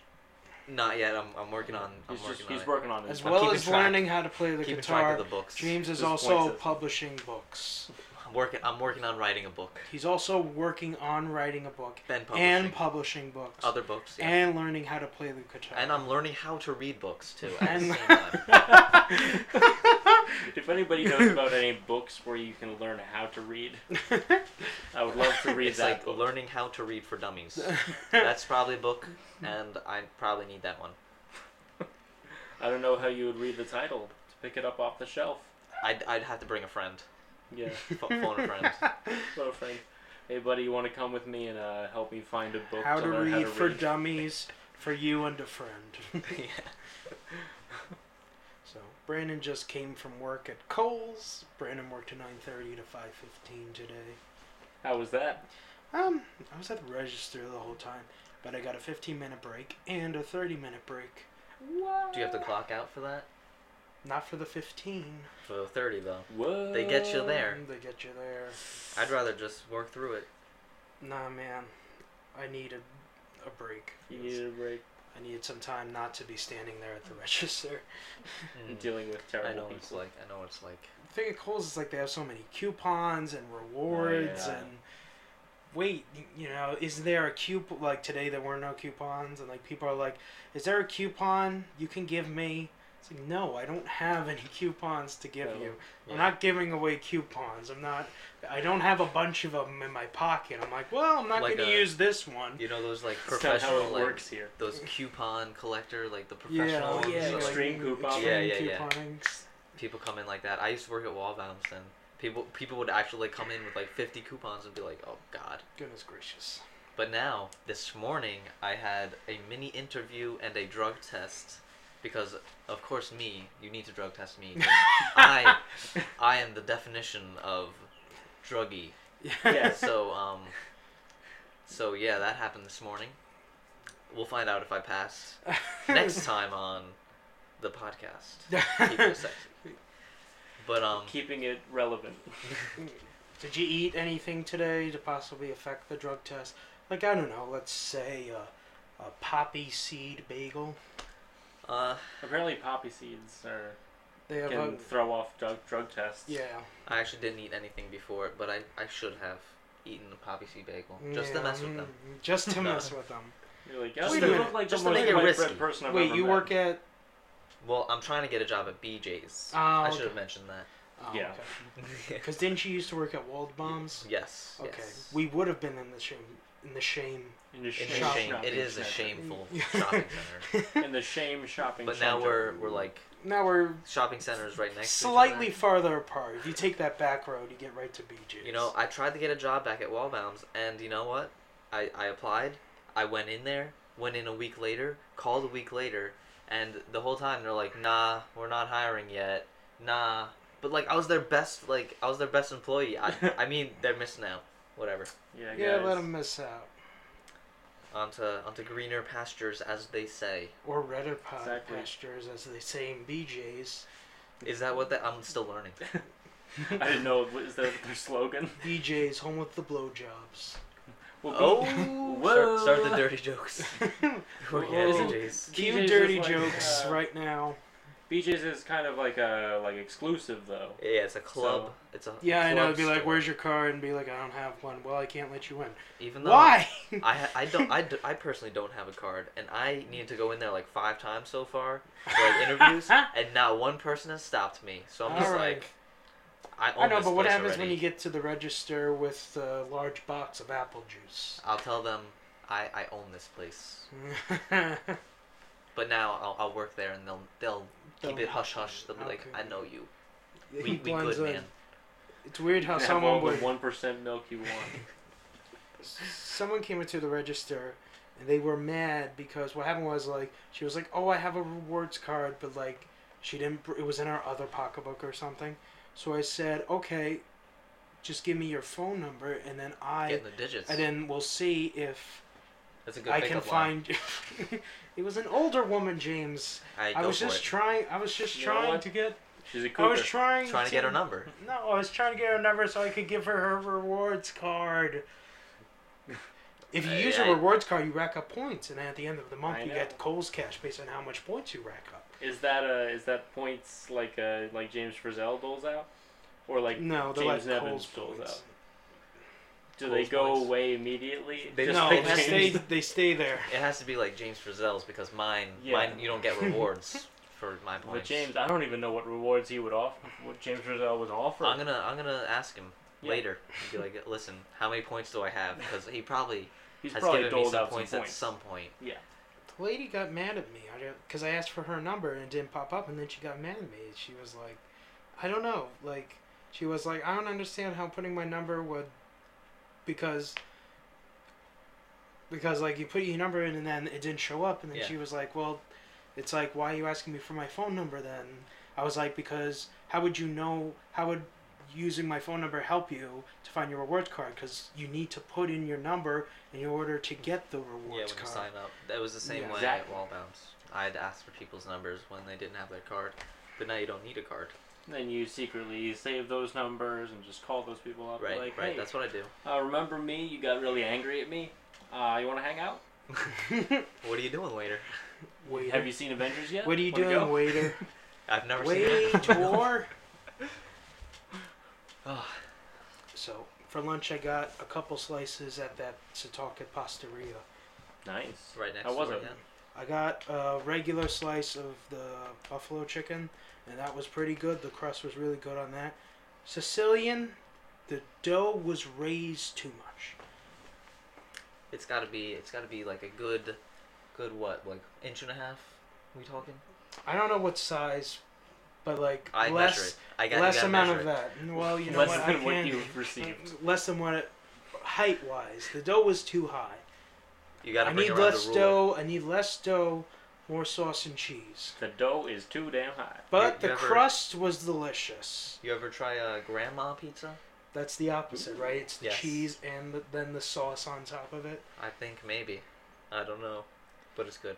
S2: not yet. I'm, I'm working on. I'm
S3: He's
S2: working
S3: just
S2: on
S3: he's
S2: it.
S3: working on it.
S1: As
S2: I'm
S1: well
S2: keeping
S1: as
S2: track.
S1: learning how to play the
S2: Keeping track
S1: guitar,
S2: of the books.
S1: James is
S3: His
S1: also
S3: points is-
S1: publishing books.
S2: I'm working. I'm working on writing a book.
S1: He's also working on writing a book
S2: Ben publishing
S1: and publishing books
S2: other books. Yeah.
S1: and learning how to play the guitar.
S2: And I'm learning how to read books too at the
S1: And-
S2: same time.
S3: If anybody knows about any books where you can learn how to read, I would love to read
S2: It's
S3: that
S2: like
S3: book.
S2: learning how to read for dummies. That's probably a book, and I probably need that one.
S3: I don't know how you would read the title to pick it up off the shelf.
S2: I'd, I'd have to bring a friend,
S3: Yeah,
S2: Ph- phone a friend.
S3: hello friend. Hey buddy, you want to come with me and uh, help me find a book
S1: how
S3: to
S1: to
S3: learn
S1: read
S3: how to
S1: for
S3: read?
S1: dummies for you and a friend.
S2: yeah.
S1: So Brandon just came from work at Coles. Brandon worked at 9:30 to 5:15 today.
S3: How was that?
S1: Um, I was at the register the whole time, but I got a 15 minute break and a 30 minute break.
S2: Do you have to clock out for that?
S1: Not for the 15.
S2: For the thirty though.
S3: Whoa.
S2: They get you there.
S1: Mm, They get you there.
S2: I'd rather just work through it.
S1: Nah, man, I needed a break.
S3: You needed a break.
S1: I needed some time not to be standing there at the register.
S2: Mm.
S3: Dealing with terrible
S2: I know what
S3: people.
S2: it's like. I know what it's like.
S1: The thing at Kohl's is like they have so many coupons and
S2: Oh,
S1: rewards
S3: yeah.
S1: and wait, you know, is there a coupon like today there were no coupons and like people are like, is there a coupon you can give me? It's like no, I don't have any coupons to give
S3: No.
S1: you.
S2: Yeah.
S1: I'm not giving away coupons. I'm not. I don't have a bunch of them in my pocket. I'm like, well, I'm not
S2: Like
S1: going to
S2: a-
S1: use this one.
S2: You know those like
S3: It's not how
S2: professional
S3: it
S2: like
S3: works here.
S2: those coupon collector like the professional
S1: Yeah,
S2: ones,
S3: Oh, yeah,
S2: so, like,
S3: like- Extreme coupon.
S2: Yeah, yeah, yeah.
S1: couponings.
S2: people come in like that. I used to work at Wall Bounce and people people would actually come in with like fifty coupons and be like, Oh god.
S1: Goodness gracious.
S2: But now, this morning, I had a mini interview and a drug test because, of course, me, you need to drug test me. 'cause I, I am the definition of druggy.
S3: Yeah.
S2: So, um, so yeah, that happened this morning. We'll find out if I passed next time on the podcast. Keep it sexy. But, um,
S3: Keeping it relevant.
S1: Did you eat anything today to possibly affect the drug test? Like, I don't know, let's say a, a poppy seed bagel.
S2: uh,
S3: Apparently, poppy seeds are
S1: They have a.
S3: can throw off drug drug tests.
S1: Yeah.
S2: I actually didn't eat anything before, but I, I should have eaten a poppy seed bagel just
S1: Yeah,
S2: to mess with them.
S1: mm, Just to
S2: No.
S1: mess with them.
S3: You're like,
S1: Just
S3: oh,
S1: to
S3: you
S1: make-
S3: look like the
S2: just to
S3: most
S2: make it
S3: white
S2: risky.
S3: bread person I've
S1: Wait,
S3: ever
S1: you
S3: met.
S1: work at.
S2: Well, I'm trying to get a job at BJ's.
S1: Oh,
S2: I should
S1: okay.
S2: have mentioned that.
S1: Oh,
S3: Yeah.
S1: Because didn't she used to work at Waldbaum's?
S2: yes.
S1: Okay.
S2: yes.
S1: We would have been in the shame. In the shame.
S3: In the
S2: It
S3: shame.
S2: is,
S1: Shop-
S2: shame.
S3: shopping
S2: It is a
S3: center.
S2: shameful
S1: Yeah.
S2: shopping center.
S3: In the shame shopping.
S2: But now
S3: center.
S2: we're we're like
S1: now we're
S2: shopping centers right next
S1: slightly
S2: to each
S1: farther apart. If you take that back road, you get right to BJ's.
S2: other. You know, I tried to get a job back at Wallbaum's, and you know what? I I applied. I went in there. Went in a week later. Called a week later, and the whole time they're like, "Nah, we're not hiring yet. Nah." But like, I was their best. Like, I was their best employee. I I mean, they're missing out. Whatever.
S3: Yeah, guys.
S1: yeah, let them miss out.
S2: Onto onto greener pastures, as they say.
S1: Or redder pod
S3: Exactly.
S1: pastures, as they say in BJ's.
S2: Is that what that? I'm still learning.
S3: I didn't know. Is that their slogan?
S1: BJ's home with the blowjobs.
S3: Well,
S2: Oh,
S3: whoa.
S2: start, start the dirty jokes. We're
S3: Whoa.
S2: getting Jace.
S3: BJ's
S1: Cue
S3: is
S1: dirty
S3: like,
S1: jokes
S3: uh,
S1: right now.
S3: BJ's is kind of like a like exclusive though.
S2: Yeah, it's a club.
S3: So-
S2: it's a
S1: Yeah, I know.
S2: club
S1: It'd be like,
S2: store.
S1: "Where's your card?" and be like, "I don't have one." Well, I can't let you in.
S2: even though
S1: Why?
S2: I ha- I don't I, d- I personally don't have a card, and I needed to go in there like five times so far, for, like interviews, and not one person has stopped me. So I'm just
S1: All right.
S2: like, I own
S1: I know,
S2: this
S1: but what
S2: place
S1: happens
S2: already.
S1: when you get to the register with the large box of apple juice?
S2: I'll tell them I I own this place, but now I'll, I'll work there, and they'll they'll keep
S1: They'll-
S2: it hush hush. They'll be like,
S1: Okay.
S2: I know you.
S1: He
S2: We, we
S1: blends
S2: good
S1: in.
S2: man.
S1: It's weird
S3: You
S1: how
S3: can have all
S1: someone
S3: the
S1: would.
S3: one percent milk you want.
S1: Someone came into the register, and they were mad because what happened was like she was like, "Oh, I have a rewards card," but like she didn't. br- It was in her other pocketbook or something. So I said, "Okay, just give me your phone number, and then I."
S2: Getting the digits.
S1: and then we'll see if
S2: That's a good
S1: I
S2: pickup
S1: can
S2: line.
S1: find. it was an older woman, James.
S2: I,
S1: I
S2: go
S1: was
S2: for
S1: just
S2: it.
S1: trying. I was just
S3: You know
S1: trying
S3: what?
S1: to get.
S3: She's a
S1: I
S3: cougar.
S1: was trying.
S2: trying to get her number.
S1: No, I was trying to get her number so I could give her her rewards card. If you
S2: I-
S1: use
S2: I-
S1: a rewards card, you rack up points, and at the end of the month,
S3: I
S1: you
S3: know.
S1: get Cole's cash based on how much points you rack up.
S3: Is that uh is that points like uh like James Frizzell doles out, or like
S1: no, they're
S3: James
S1: like
S3: Nevins
S1: Cole's
S3: doles
S1: points.
S3: out? Do they
S2: Cole's
S3: go
S2: points.
S3: away immediately?
S2: They-
S3: Just
S1: no,
S2: like
S1: they
S2: James-
S1: stay.
S3: change-
S1: They stay there.
S2: It has to be like James Frizzell's because mine,
S3: Yeah.
S2: mine, you don't get rewards for my
S3: But
S2: points.
S3: James, I don't even know what rewards he would offer. What James Frizzell would offer?
S2: I'm gonna, I'm gonna ask him
S3: Yeah.
S2: later. and be like, listen, how many points do I have? Because he probably
S3: He's
S2: has
S3: probably
S2: given me
S3: doled
S2: some
S3: out
S2: points,
S3: some
S2: at
S3: points.
S2: some point.
S1: The lady got mad at me because I asked for her number and it didn't pop up, and then she got mad at me. She was like, I don't know. Like, she was like, I don't understand how putting my number would. Because. Because, like, you put your number in and then it didn't show up, and then
S2: Yeah.
S1: she was like, Well, it's like, why are you asking me for my phone number then? I was like, Because how would you know? How would using my phone number help you to find your reward card? Because you need to put in your number in order to get the rewards
S2: Yeah, when
S1: card.
S2: you sign up, that was the same
S1: Yeah.
S2: way at
S3: Exactly.
S2: Wallbounce. I had to ask for people's numbers when they didn't have their card, but now you don't need a card.
S3: Then you secretly save those numbers and just call those people up.
S2: Right,
S3: like,
S2: right.
S3: Hey,
S2: That's what I do.
S3: uh, remember me? You got really angry at me. Uh, you want to hang out?
S2: What are you doing later?
S1: Waiter.
S3: Have you seen Avengers yet?
S1: what are you
S3: Wanna
S1: doing,
S3: go?
S1: waiter?
S2: I've never seen. it.
S1: Waiter.
S2: Ah.
S1: so for lunch, I got a couple slices at that Sataka Pasteria.
S3: Nice.
S2: right next.
S3: How was
S2: door,
S3: it?
S2: yeah.
S1: I got a regular slice of the buffalo chicken, and that was pretty good. The crust was really good on that. Sicilian, the dough was raised too much.
S2: It's gotta be. It's gotta be like a good, good what? Like inch and a half? we talking?
S1: I don't know what size, but like
S2: I measure it.
S1: less
S2: I got
S1: less amount of
S2: it.
S1: that. Well, you know
S3: Less
S1: what? I
S3: than what
S1: can't-
S3: you received.
S1: Less than what it, height wise. The dough was too high.
S2: You gotta
S1: I
S2: bring
S1: need
S2: around
S1: less
S2: the ruler.
S1: dough. I need less dough, more sauce and cheese.
S3: The dough is too damn high.
S1: But
S2: You-
S1: the
S2: you ever-
S1: crust was delicious.
S2: You ever try a grandma pizza?
S1: That's the opposite, right? It's the
S2: Yes.
S1: cheese and the, then the sauce on top of it.
S2: I think maybe. I don't know, but it's good.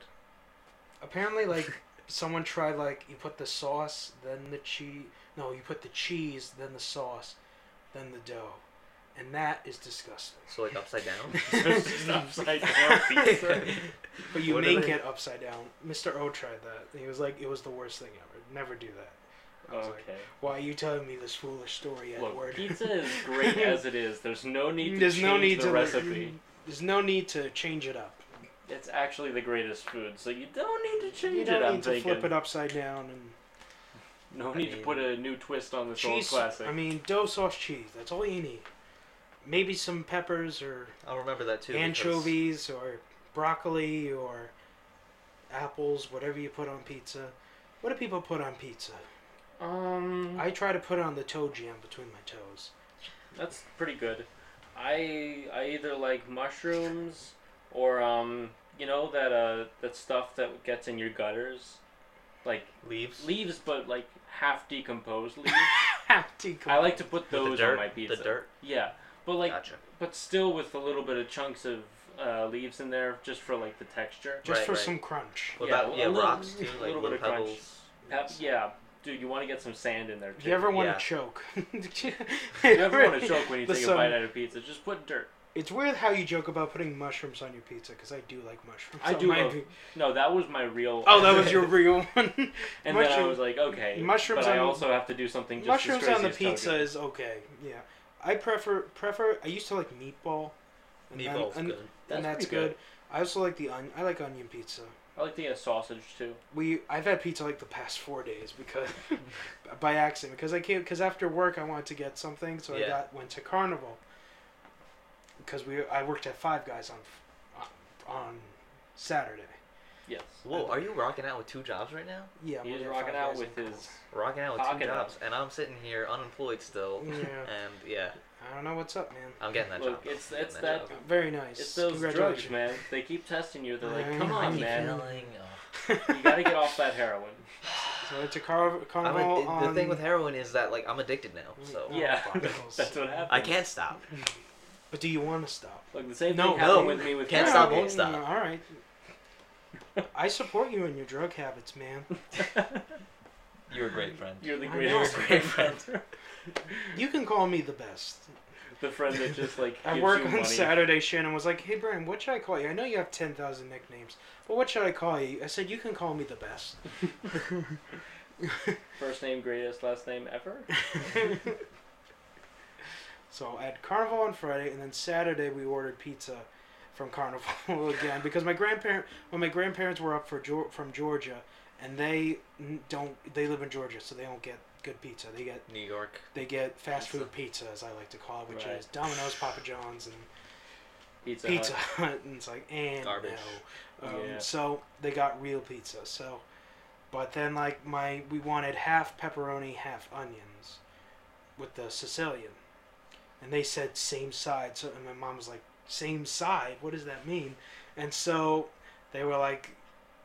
S1: Apparently, like someone tried like you put the sauce, then the cheese. No, you put the cheese, then the sauce, then the dough, and that is disgusting.
S2: So like upside down.
S3: Just upside down pizza.
S1: But you
S2: What do
S1: make
S2: they-
S1: it upside down. Mr. O tried that. and He was like, it was the worst thing ever. Never do that. I was like,
S3: Okay.
S1: why are you telling me this foolish story, Edward?
S3: Look, pizza is great as it is. There's no need to
S1: There's
S3: change
S1: no need
S3: the
S1: to
S3: recipe.
S1: There's no need to change it up.
S3: It's actually the greatest food, so you don't need to change
S1: you don't
S3: it.
S1: need
S3: I'm
S1: to
S3: thinking.
S1: flip it upside down and
S3: No
S2: I
S3: need to
S2: mean-
S3: put a new twist on this old
S1: Cheese.
S3: classic.
S1: I mean, dough sauce cheese. That's all you need. Maybe some peppers or
S2: I'll remember that too. because-
S1: anchovies or broccoli or apples, whatever you put on pizza. What do people put on pizza?
S3: um,
S1: I try to put on the toe jam between my toes.
S3: that's pretty good. I I either like mushrooms or um, you know that uh that stuff that gets in your gutters, like
S2: leaves.
S3: leaves, but like half decomposed leaves.
S1: Ha!
S3: I like to put
S2: With
S3: those
S2: the dirt,
S3: on my pizza.
S2: The dirt.
S3: Yeah, but like,
S2: gotcha.
S3: but still with a little bit of chunks of uh, leaves in there, just for like the texture.
S1: just
S2: right,
S1: for
S2: right.
S1: some crunch.
S2: What
S3: yeah,
S2: about
S3: a
S2: yeah
S3: little-
S2: rocks too?
S3: a
S2: Like
S3: little
S2: little,
S3: bit of crunch.
S2: pebbles.
S3: Pep- yeah, dude, you want to get some sand in there
S1: If
S3: too.
S1: you ever want
S2: Yeah.
S1: to choke, you
S3: You ever want to choke when you
S1: The
S3: take a
S1: sun.
S3: bite out of pizza? Just put dirt.
S1: It's weird how you joke about putting mushrooms on your pizza because I do like mushrooms.
S3: I
S1: on
S3: do
S1: my
S3: love-
S1: pi-
S3: No, that was my real.
S1: Oh, that was your real one.
S3: And then I
S1: mushroom-
S3: was like, okay,
S1: mushrooms
S3: But I
S1: on-
S3: also have to do something. Just
S1: mushrooms
S3: as
S1: on the
S3: crazy as
S1: pizza
S3: tofu.
S1: is okay. Yeah, I prefer prefer. I used to like meatball. And then-
S2: Meatballs
S1: and,
S2: good.
S3: That's
S1: and that's
S3: pretty good.
S1: good. I also like the on, I like onion pizza.
S3: I like to get sausage too.
S1: We I've had pizza like the past four days because by accident because I can't because after work I wanted to get something so
S2: Yeah.
S1: I got went to Carnival because we I worked at Five Guys on on Saturday.
S3: Yes.
S2: Whoa, are you rocking out with two jobs right now?
S1: Yeah,
S3: He
S1: we
S3: is
S1: had
S3: rocking
S1: Five
S3: out
S1: Guys
S3: with
S1: in
S3: his.
S2: Rocking out with
S3: Rocking
S2: two
S3: out.
S2: jobs, and I'm sitting here unemployed still.
S1: Carnival. Yeah,
S2: And yeah,
S1: I don't know what's up, man.
S2: I'm getting that
S3: Look,
S2: job.
S3: it's-
S2: I'm
S3: it's
S2: getting
S3: that-
S2: job.
S1: Very nice.
S3: It's those
S1: Congratulations.
S3: drugs, man. They keep testing you. They're
S1: I
S3: like, come
S1: know.
S3: on,
S1: Honey
S3: man.
S2: Feeling, oh.
S3: You gotta get off that heroin.
S1: So I went to Car-
S2: I'm
S1: Carnival
S2: a,
S1: on
S2: the thing with heroin is that like I'm addicted now, so
S1: Oh,
S3: yeah,
S1: bottles.
S3: that's what happened.
S2: I can't stop.
S1: But do you want to stop?
S3: Look, the same
S1: No,
S3: thing happened
S2: no.
S3: with me with
S2: Can't
S3: heroin.
S2: stop, won't stop.
S1: All right. I support you in your drug habits, man.
S2: You're a great friend.
S3: You're the
S1: I
S3: greatest
S2: know.
S3: great friend.
S1: You can call me the best.
S3: the friend that just like
S1: At
S3: gives
S1: work
S3: you
S1: on
S3: money.
S1: Saturday, Shannon was like, "Hey, Brian, what should I call you? I know you have ten thousand nicknames, but what should I call you?" I said, "You can call me the best."
S3: First name greatest, last name ever.
S1: So at Carnival on Friday, and then Saturday we ordered pizza from Carnival again because my grandparent, when my grandparents were up for Geor- from Georgia, and they n- don't, they live in Georgia, so they don't get good pizza. They get
S2: New York.
S1: they get fast
S2: Pizza.
S1: food pizza, as I like to call it, which
S3: Right.
S1: is Domino's, Papa John's, and
S3: Pizza. Hut.
S1: Pizza Hut, and it's like and
S2: Garbage.
S1: no. Um,
S3: Yeah.
S1: So they got real pizza. So, but then like my we wanted half pepperoni, half onions, with the Sicilian, and they said same side. So and my mom was like same side. What does that mean? And so they were like.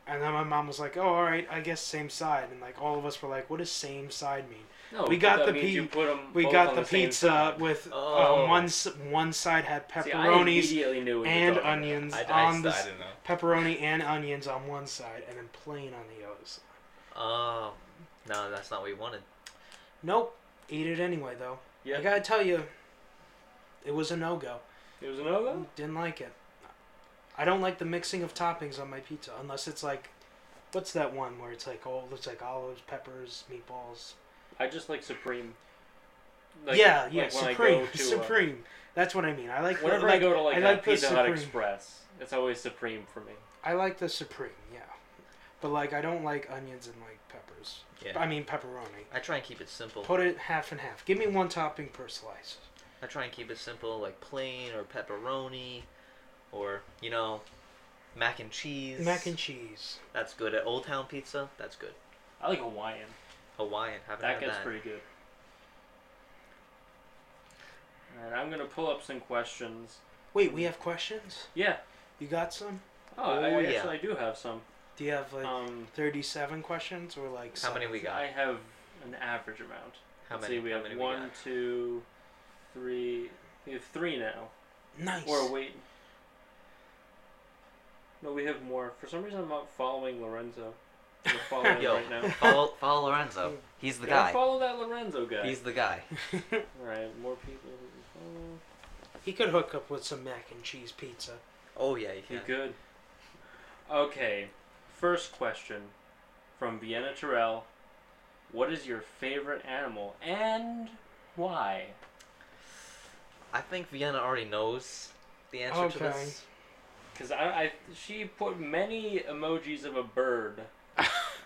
S1: And then my mom was like, "Oh, all right, I guess same side." And like all of us were like, "What does same side mean?"
S3: No,
S1: We got
S3: that
S1: the
S3: means
S1: pi-
S3: you put 'em
S1: We
S3: both
S1: got
S3: on
S1: the,
S3: same
S1: pizza
S3: side.
S1: with
S2: Oh.
S1: um, one s- one side had
S3: See, I
S1: pepperonis,
S3: immediately knew what you were
S1: and
S3: talking about.
S1: onions
S2: I, I,
S1: on the
S2: I
S1: s-
S2: don't know.
S1: pepperoni and onions on one side and then plain on the other side.
S2: Oh, no, that's not what you wanted.
S1: Nope, ate it anyway though.
S3: Yeah,
S1: I gotta tell you, it was a no go.
S3: it was a no-go.
S1: Didn't like it. I don't like the mixing of toppings on my pizza unless it's like, what's that one where it's like oh it's like olives, peppers, meatballs.
S3: I just like Supreme.
S1: yeah, yeah,
S3: like when I
S1: supreme,
S3: go to, uh,
S1: supreme. That's what I mean. I like the,
S3: Whenever
S1: like,
S3: I go to like,
S1: I
S3: a
S1: like the
S3: Pizza Hut
S1: Supreme.
S3: Express, it's always Supreme for me.
S1: I like the supreme, yeah. But like I don't like onions and like peppers.
S2: Yeah.
S1: I mean pepperoni.
S2: I try and keep it simple.
S1: Put it half and half. Give me one topping per slice.
S2: I try and keep it simple, like plain or pepperoni, or you know, mac and cheese.
S1: Mac and cheese.
S2: That's good at Old Town Pizza. That's good.
S3: I like Hawaiian.
S2: Hawaiian. Haven't
S3: That
S2: had
S3: gets
S2: that.
S3: pretty good. Alright, I'm gonna pull up some questions.
S1: Wait, we have questions?
S3: Yeah.
S1: You got some?
S3: Oh, I,
S2: Oh,
S3: I
S2: yeah.
S3: actually I do have some.
S1: Do you have like
S3: Um,
S1: 37 questions or like
S2: How many
S1: seven?
S2: we got?
S3: I have an average amount.
S2: How
S3: Let's
S2: many?
S3: see, we
S2: how
S3: have
S2: many
S3: one,
S2: got?
S3: two, three. We have three now.
S1: Nice.
S3: Or wait. No, we have more. For some reason, I'm not following Lorenzo. We're following him
S2: Yo.
S3: right now.
S2: Follow, follow Lorenzo. He's the
S3: Yeah,
S2: guy.
S3: Follow that Lorenzo guy.
S2: He's the guy.
S3: All right, more people. who we follow.
S1: he could hook up with some mac and cheese pizza.
S2: Oh yeah, you
S3: You
S2: can.
S3: good? Okay, first question from Vienna Terrell. What is your favorite animal and why?
S2: I think Vienna already knows the answer to
S1: Okay.
S2: this.
S3: Because I, I, she put many emojis of a bird.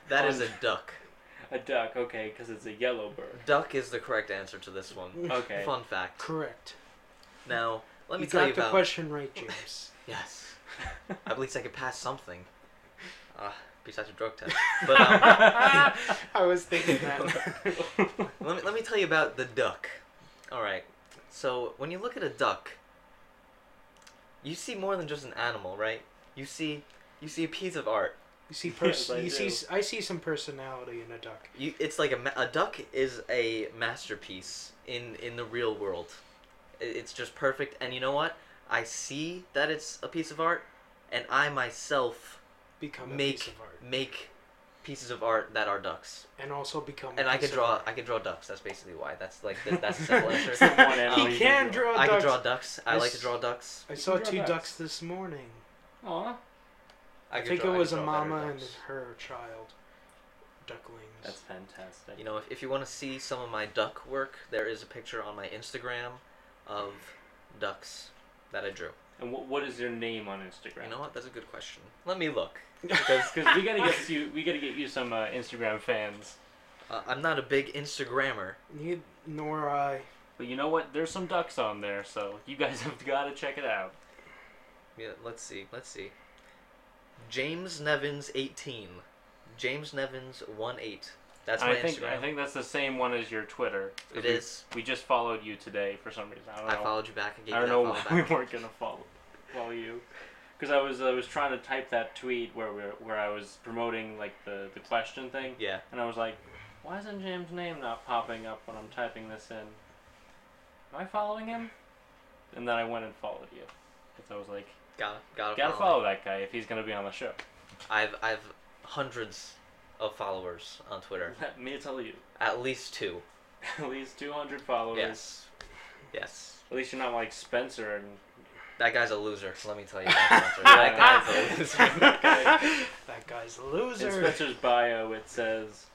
S2: That
S3: Um,
S2: is a duck.
S3: A duck, okay, because it's a yellow bird.
S2: Duck is the correct answer to this one.
S3: Okay.
S2: Fun fact.
S1: Correct.
S2: Now, let me
S1: you
S2: tell
S1: got
S2: you
S1: the
S2: about.
S1: question right, James.
S2: Yes. At least I could pass something. Uh, besides a drug test. But um,
S1: I was thinking that.
S2: let, me, let me tell you about the duck. Alright. So, when you look at a duck, you see more than just an animal, right? You see. You see a piece of art.
S1: You see,
S3: Yes,
S1: pers-
S3: I
S1: you see,
S3: do.
S1: s- I see some personality in a duck.
S2: You, it's like a, ma- a duck is a masterpiece in in the real world. I- It's just perfect, and you know what? I see that it's a piece of art, and I myself
S1: Become a
S2: make
S1: piece of art,
S2: make pieces of art that are ducks,
S1: and also become. a
S2: and I could
S1: piece of
S2: draw.
S1: art.
S2: I could draw ducks. That's basically why. That's like the, that's the simple answer.
S3: It's the one animal
S1: he
S3: you
S1: can
S3: can
S1: draw.
S2: I could
S1: ducks.
S2: draw ducks. I
S1: I
S2: like to
S1: s-
S2: draw ducks.
S1: I
S3: You
S1: saw
S3: can draw
S1: two
S3: ducks.
S1: ducks this morning.
S3: Aw,
S2: I,
S1: I,
S2: could
S1: think
S2: draw-
S1: it
S2: I could
S1: was a
S2: draw better
S1: mama and
S2: ducks.
S1: her child ducklings.
S3: that's fantastic.
S2: You know, if, if you want to see some of my duck work, there is a picture on my Instagram of ducks that I drew.
S3: And what, what is your name on Instagram?
S2: You know what? That's a good question. Let me look. Because
S3: Because we gotta get you, we gotta get you some uh, Instagram fans.
S2: uh, I'm not a big Instagrammer.
S1: Neither- nor I.
S3: But you know what? There's some ducks on there, so you guys have gotta check it out.
S2: Yeah, let's see. Let's see. James Nevins 18. James Nevins 18. That's
S3: And
S2: my
S3: I think
S2: Instagram.
S3: I think that's the same one as your Twitter.
S2: it
S3: 'cause we,
S2: is.
S3: We just followed you today for some reason. I don't
S2: I
S3: know.
S2: followed you back. I gave
S3: Oh, I don't
S2: you
S3: know
S2: that
S3: why
S2: follow
S3: we
S2: back.
S3: weren't gonna follow follow you, because I was I was trying to type that tweet where we where I was promoting like the the question thing,
S2: Yeah.
S3: and I was like, why isn't James' name not popping up when I'm typing this in? Am I following him? And then I went and followed you, because I was like,
S2: Gotta, gotta,
S3: gotta
S2: follow.
S3: follow that guy if he's gonna be on the show.
S2: I've, I've hundreds of followers on Twitter.
S3: Let me tell you,
S2: At least two.
S3: at least 200 followers.
S2: Yes. Yes.
S3: At least you're not like Spencer and
S2: That guy's a loser. Let me tell you that. Spencer. that guy's a loser.
S1: That guy's a
S3: in
S1: loser.
S3: Spencer's bio it says,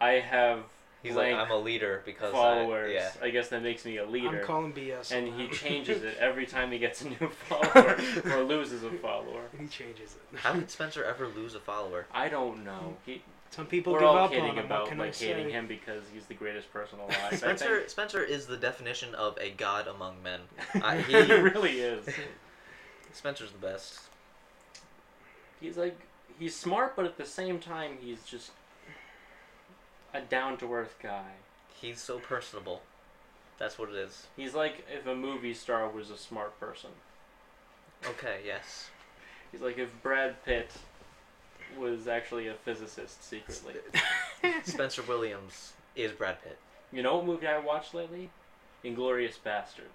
S3: I have
S2: He's like,
S3: blank
S2: I'm a leader because
S3: followers.
S2: I, yeah.
S3: I guess that makes me a leader.
S1: I'm calling BS.
S3: and
S1: on
S3: he
S1: that.
S3: changes it every time he gets a new follower or loses a follower.
S1: He changes it.
S2: How could Spencer ever lose a follower?
S3: I don't know. He,
S1: Some people
S3: we're
S1: give
S3: all
S1: up on
S3: kidding
S1: him.
S3: about
S1: what can I
S3: like
S1: say?
S3: hating him because he's the greatest person alive. I
S2: Spencer
S3: think.
S2: Spencer is the definition of a god among men. I-
S3: he
S2: he-
S3: really is.
S2: Spencer's the best.
S3: He's like he's smart, but at the same time he's just a down to earth guy.
S2: He's so personable. That's what it is.
S3: He's like if a movie star was a smart person.
S2: Okay, yes.
S3: He's like if Brad Pitt was actually a physicist secretly.
S2: Spencer Williams is Brad Pitt.
S3: You know what movie I watched lately? Inglorious Bastards.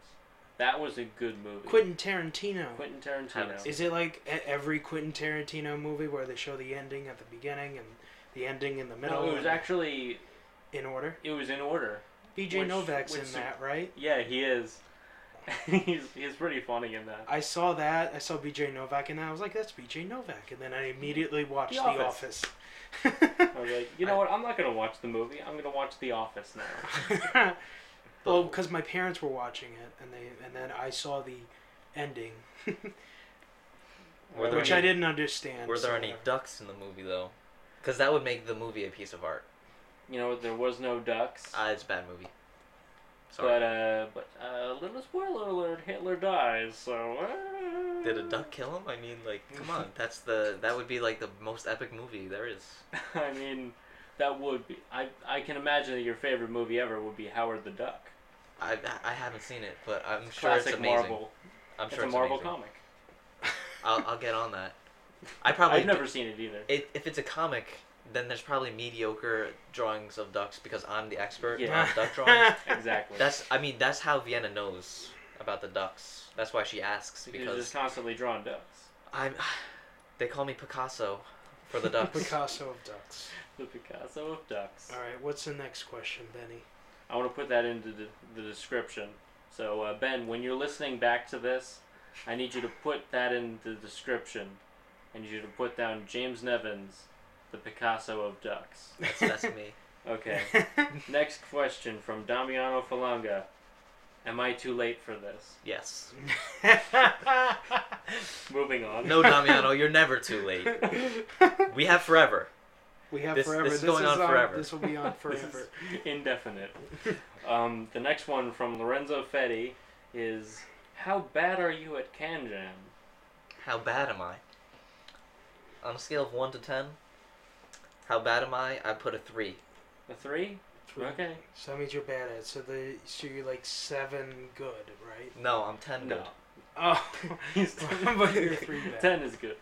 S3: That was a good movie.
S1: Quentin Tarantino.
S3: Quentin
S2: Haven't
S3: Tarantino.
S2: seen
S1: Is it like e- every Quentin Tarantino movie where they show the ending at the beginning and the ending in the middle?
S3: No, it was
S1: and
S3: actually
S1: in order.
S3: it was in order.
S1: BJ
S3: Which-
S1: Novak's
S3: which
S1: in
S3: su-
S1: that, right?
S3: Yeah, he is. he's he's pretty funny in that.
S1: I saw that. I saw BJ Novak in that. I was like, that's BJ Novak. And then I immediately watched
S3: Mm-hmm. The
S1: The Office.
S3: I was like, you know what? I'm not gonna watch the movie. I'm gonna watch The Office now.
S1: well, because my parents were watching it, and they and then I saw the ending,
S2: Were there
S1: which
S2: any-
S1: I didn't understand.
S2: Were there
S1: so
S2: any
S1: whatever.
S2: ducks in the movie though? Because that would make the movie a piece of art.
S3: You know, there was no ducks.
S2: Ah, it's a bad movie.
S3: but
S2: Sorry.
S3: uh, but uh, little spoiler alert: Hitler dies. So. Uh...
S2: Did a duck kill him? I mean, like, come on. That's the that would be like the most epic movie there is.
S3: I mean, that would be. I I can imagine that your favorite movie ever would be Howard the Duck.
S2: I I haven't seen it, but I'm
S3: It's
S2: sure
S3: Classic
S2: it's amazing.
S3: Marvel.
S2: I'm sure
S3: it's
S2: it's
S3: a Marvel
S2: amazing.
S3: comic.
S2: I'll, I'll get on that. I probably
S3: I've never seen it either.
S2: It, if it's a comic, then there's probably mediocre drawings of ducks because I'm the expert
S3: Yeah.
S2: on duck drawings.
S3: Exactly.
S2: That's I mean that's how Vienna knows about the ducks. That's why she asks
S3: because
S2: because
S3: just constantly drawn ducks.
S2: I'm. They call me Picasso for the ducks.
S1: Picasso of ducks.
S3: The Picasso of ducks.
S2: Uh.
S1: All right, what's the next question, Benny?
S3: I want to put that into the, the description. So uh, Ben, when you're listening back to this, I need you to put that in the description. I need you to put down James Nevins, the Picasso of ducks.
S2: That's, that's me.
S3: Okay. Next question from Damiano Falanga. Am I too late for this?
S2: Yes.
S3: Moving on.
S2: No, Damiano, you're never too late. We have forever.
S1: We have
S2: This-
S1: forever.
S2: this is going on
S1: on
S2: forever.
S1: This will be on
S3: This is
S1: forever.
S3: indefinite. um, the next one from Lorenzo Fetti is How bad are you at can jam?
S2: How bad am I? On a scale of 1 to 10, how bad am I? I put a 3.
S3: A three? Okay.
S1: So that means you're bad at. it. So the so you're like seven good, right?
S2: No, I'm 10
S3: No.
S2: good.
S1: Oh,
S3: He's
S1: but you're three bad.
S3: Ten is good.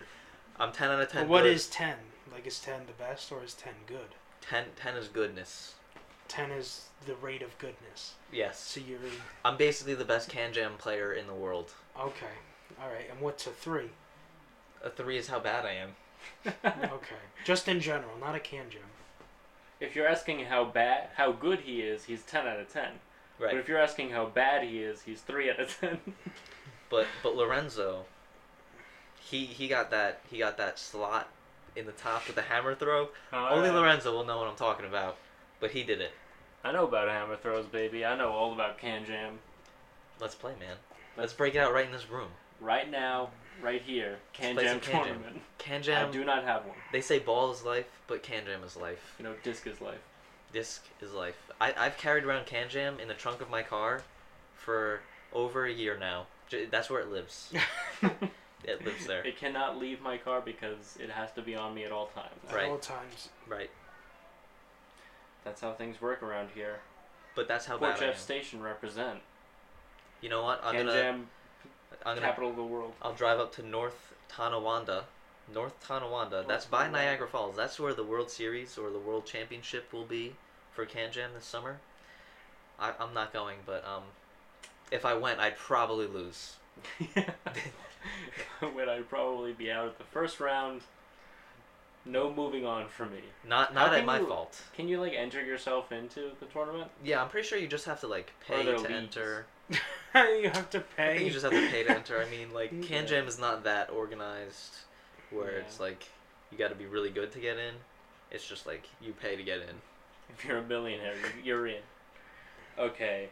S2: I'm 10 out of 10
S1: But what
S2: good.
S1: is ten? Like is ten the best or is ten good?
S2: 10, 10 is goodness.
S1: Ten is the rate of goodness.
S2: Yes.
S1: So you're
S2: I'm basically the best can jam player in the world.
S1: okay. All right. And what's a three?
S2: A 3 is how bad I am.
S1: Okay. Just in general, not a can jam.
S3: If you're asking how bad, how good he is, he's ten out of ten. But
S2: Right.
S3: if you're asking how bad he is, he's three out of ten.
S2: But but Lorenzo he he got that he got that slot in the top with the hammer throw. Only Lorenzo will know what I'm talking about, but he did it.
S3: I know about hammer throws, baby. I know all about can jam.
S2: Let's play, man. Let's break it out right in this room.
S3: Right now, right here, can
S2: play
S3: jam
S2: some can jam.
S3: tournament.
S2: Can
S3: I
S2: jam
S3: do not have one.
S2: They say ball is life, but can jam is life.
S3: You know, disc is life.
S2: Disc is life. I, I've carried around can jam in the trunk of my car for over a year now. J- that's where it lives. it lives there.
S3: It cannot leave my car because it has to be on me at all times.
S1: At
S2: Right.
S1: all times.
S2: Right.
S3: That's how things work around here.
S2: But that's how
S3: Port
S2: bad I am.
S3: Jeff Station represent.
S2: You know what? I'm
S3: Can
S2: gonna,
S3: jam,
S2: I'm gonna,
S3: capital of the world.
S2: I'll drive up to North Tonawanda. North Tonawanda.
S3: North
S2: that's by
S3: Tonawanda.
S2: Niagara Falls. That's where the World Series or the World Championship will be for can jam this summer. I, I'm not going, but um, if I went, I'd probably lose.
S3: when I'd probably be out at the first round. No moving on for me.
S2: Not
S3: How
S2: not at
S3: can
S2: my
S3: you-
S2: fault.
S3: Can you like enter yourself into the tournament?
S2: Yeah, I'm pretty sure you just have to like
S3: Or
S2: pay to
S3: their leagues.
S2: enter.
S1: you have to
S2: I think
S1: pay.
S2: you just have to pay to enter. I mean, like
S1: Yeah.
S2: Can Jam is not that organized, where
S3: Yeah.
S2: it's like you got to be really good to get in. It's just like you pay to get in.
S3: If you're a millionaire, you- you're in. Okay.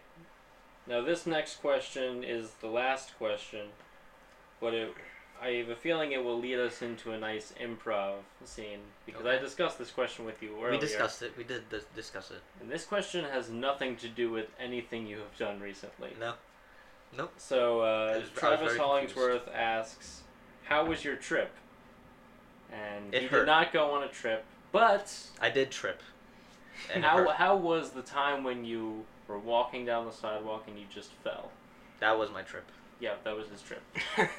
S3: Now this next question is the last question, but it, I have a feeling it will lead us into a nice improv scene because I
S2: Okay.
S3: discussed this question with you earlier.
S2: We discussed it. We did dis- discuss it.
S3: And this question has nothing to do with anything you have done recently.
S2: No,
S3: So
S2: I
S3: uh,
S2: was- I was very
S3: Travis
S2: confused.
S3: Hollingsworth asks, "How was your trip?" And
S2: It
S3: he
S2: hurt.
S3: did not go on a trip, but
S2: I did trip. And it
S3: how
S2: hurt.
S3: how was the time when you were walking down the sidewalk and you just fell?
S2: that was my trip.
S3: Yeah, that was his trip.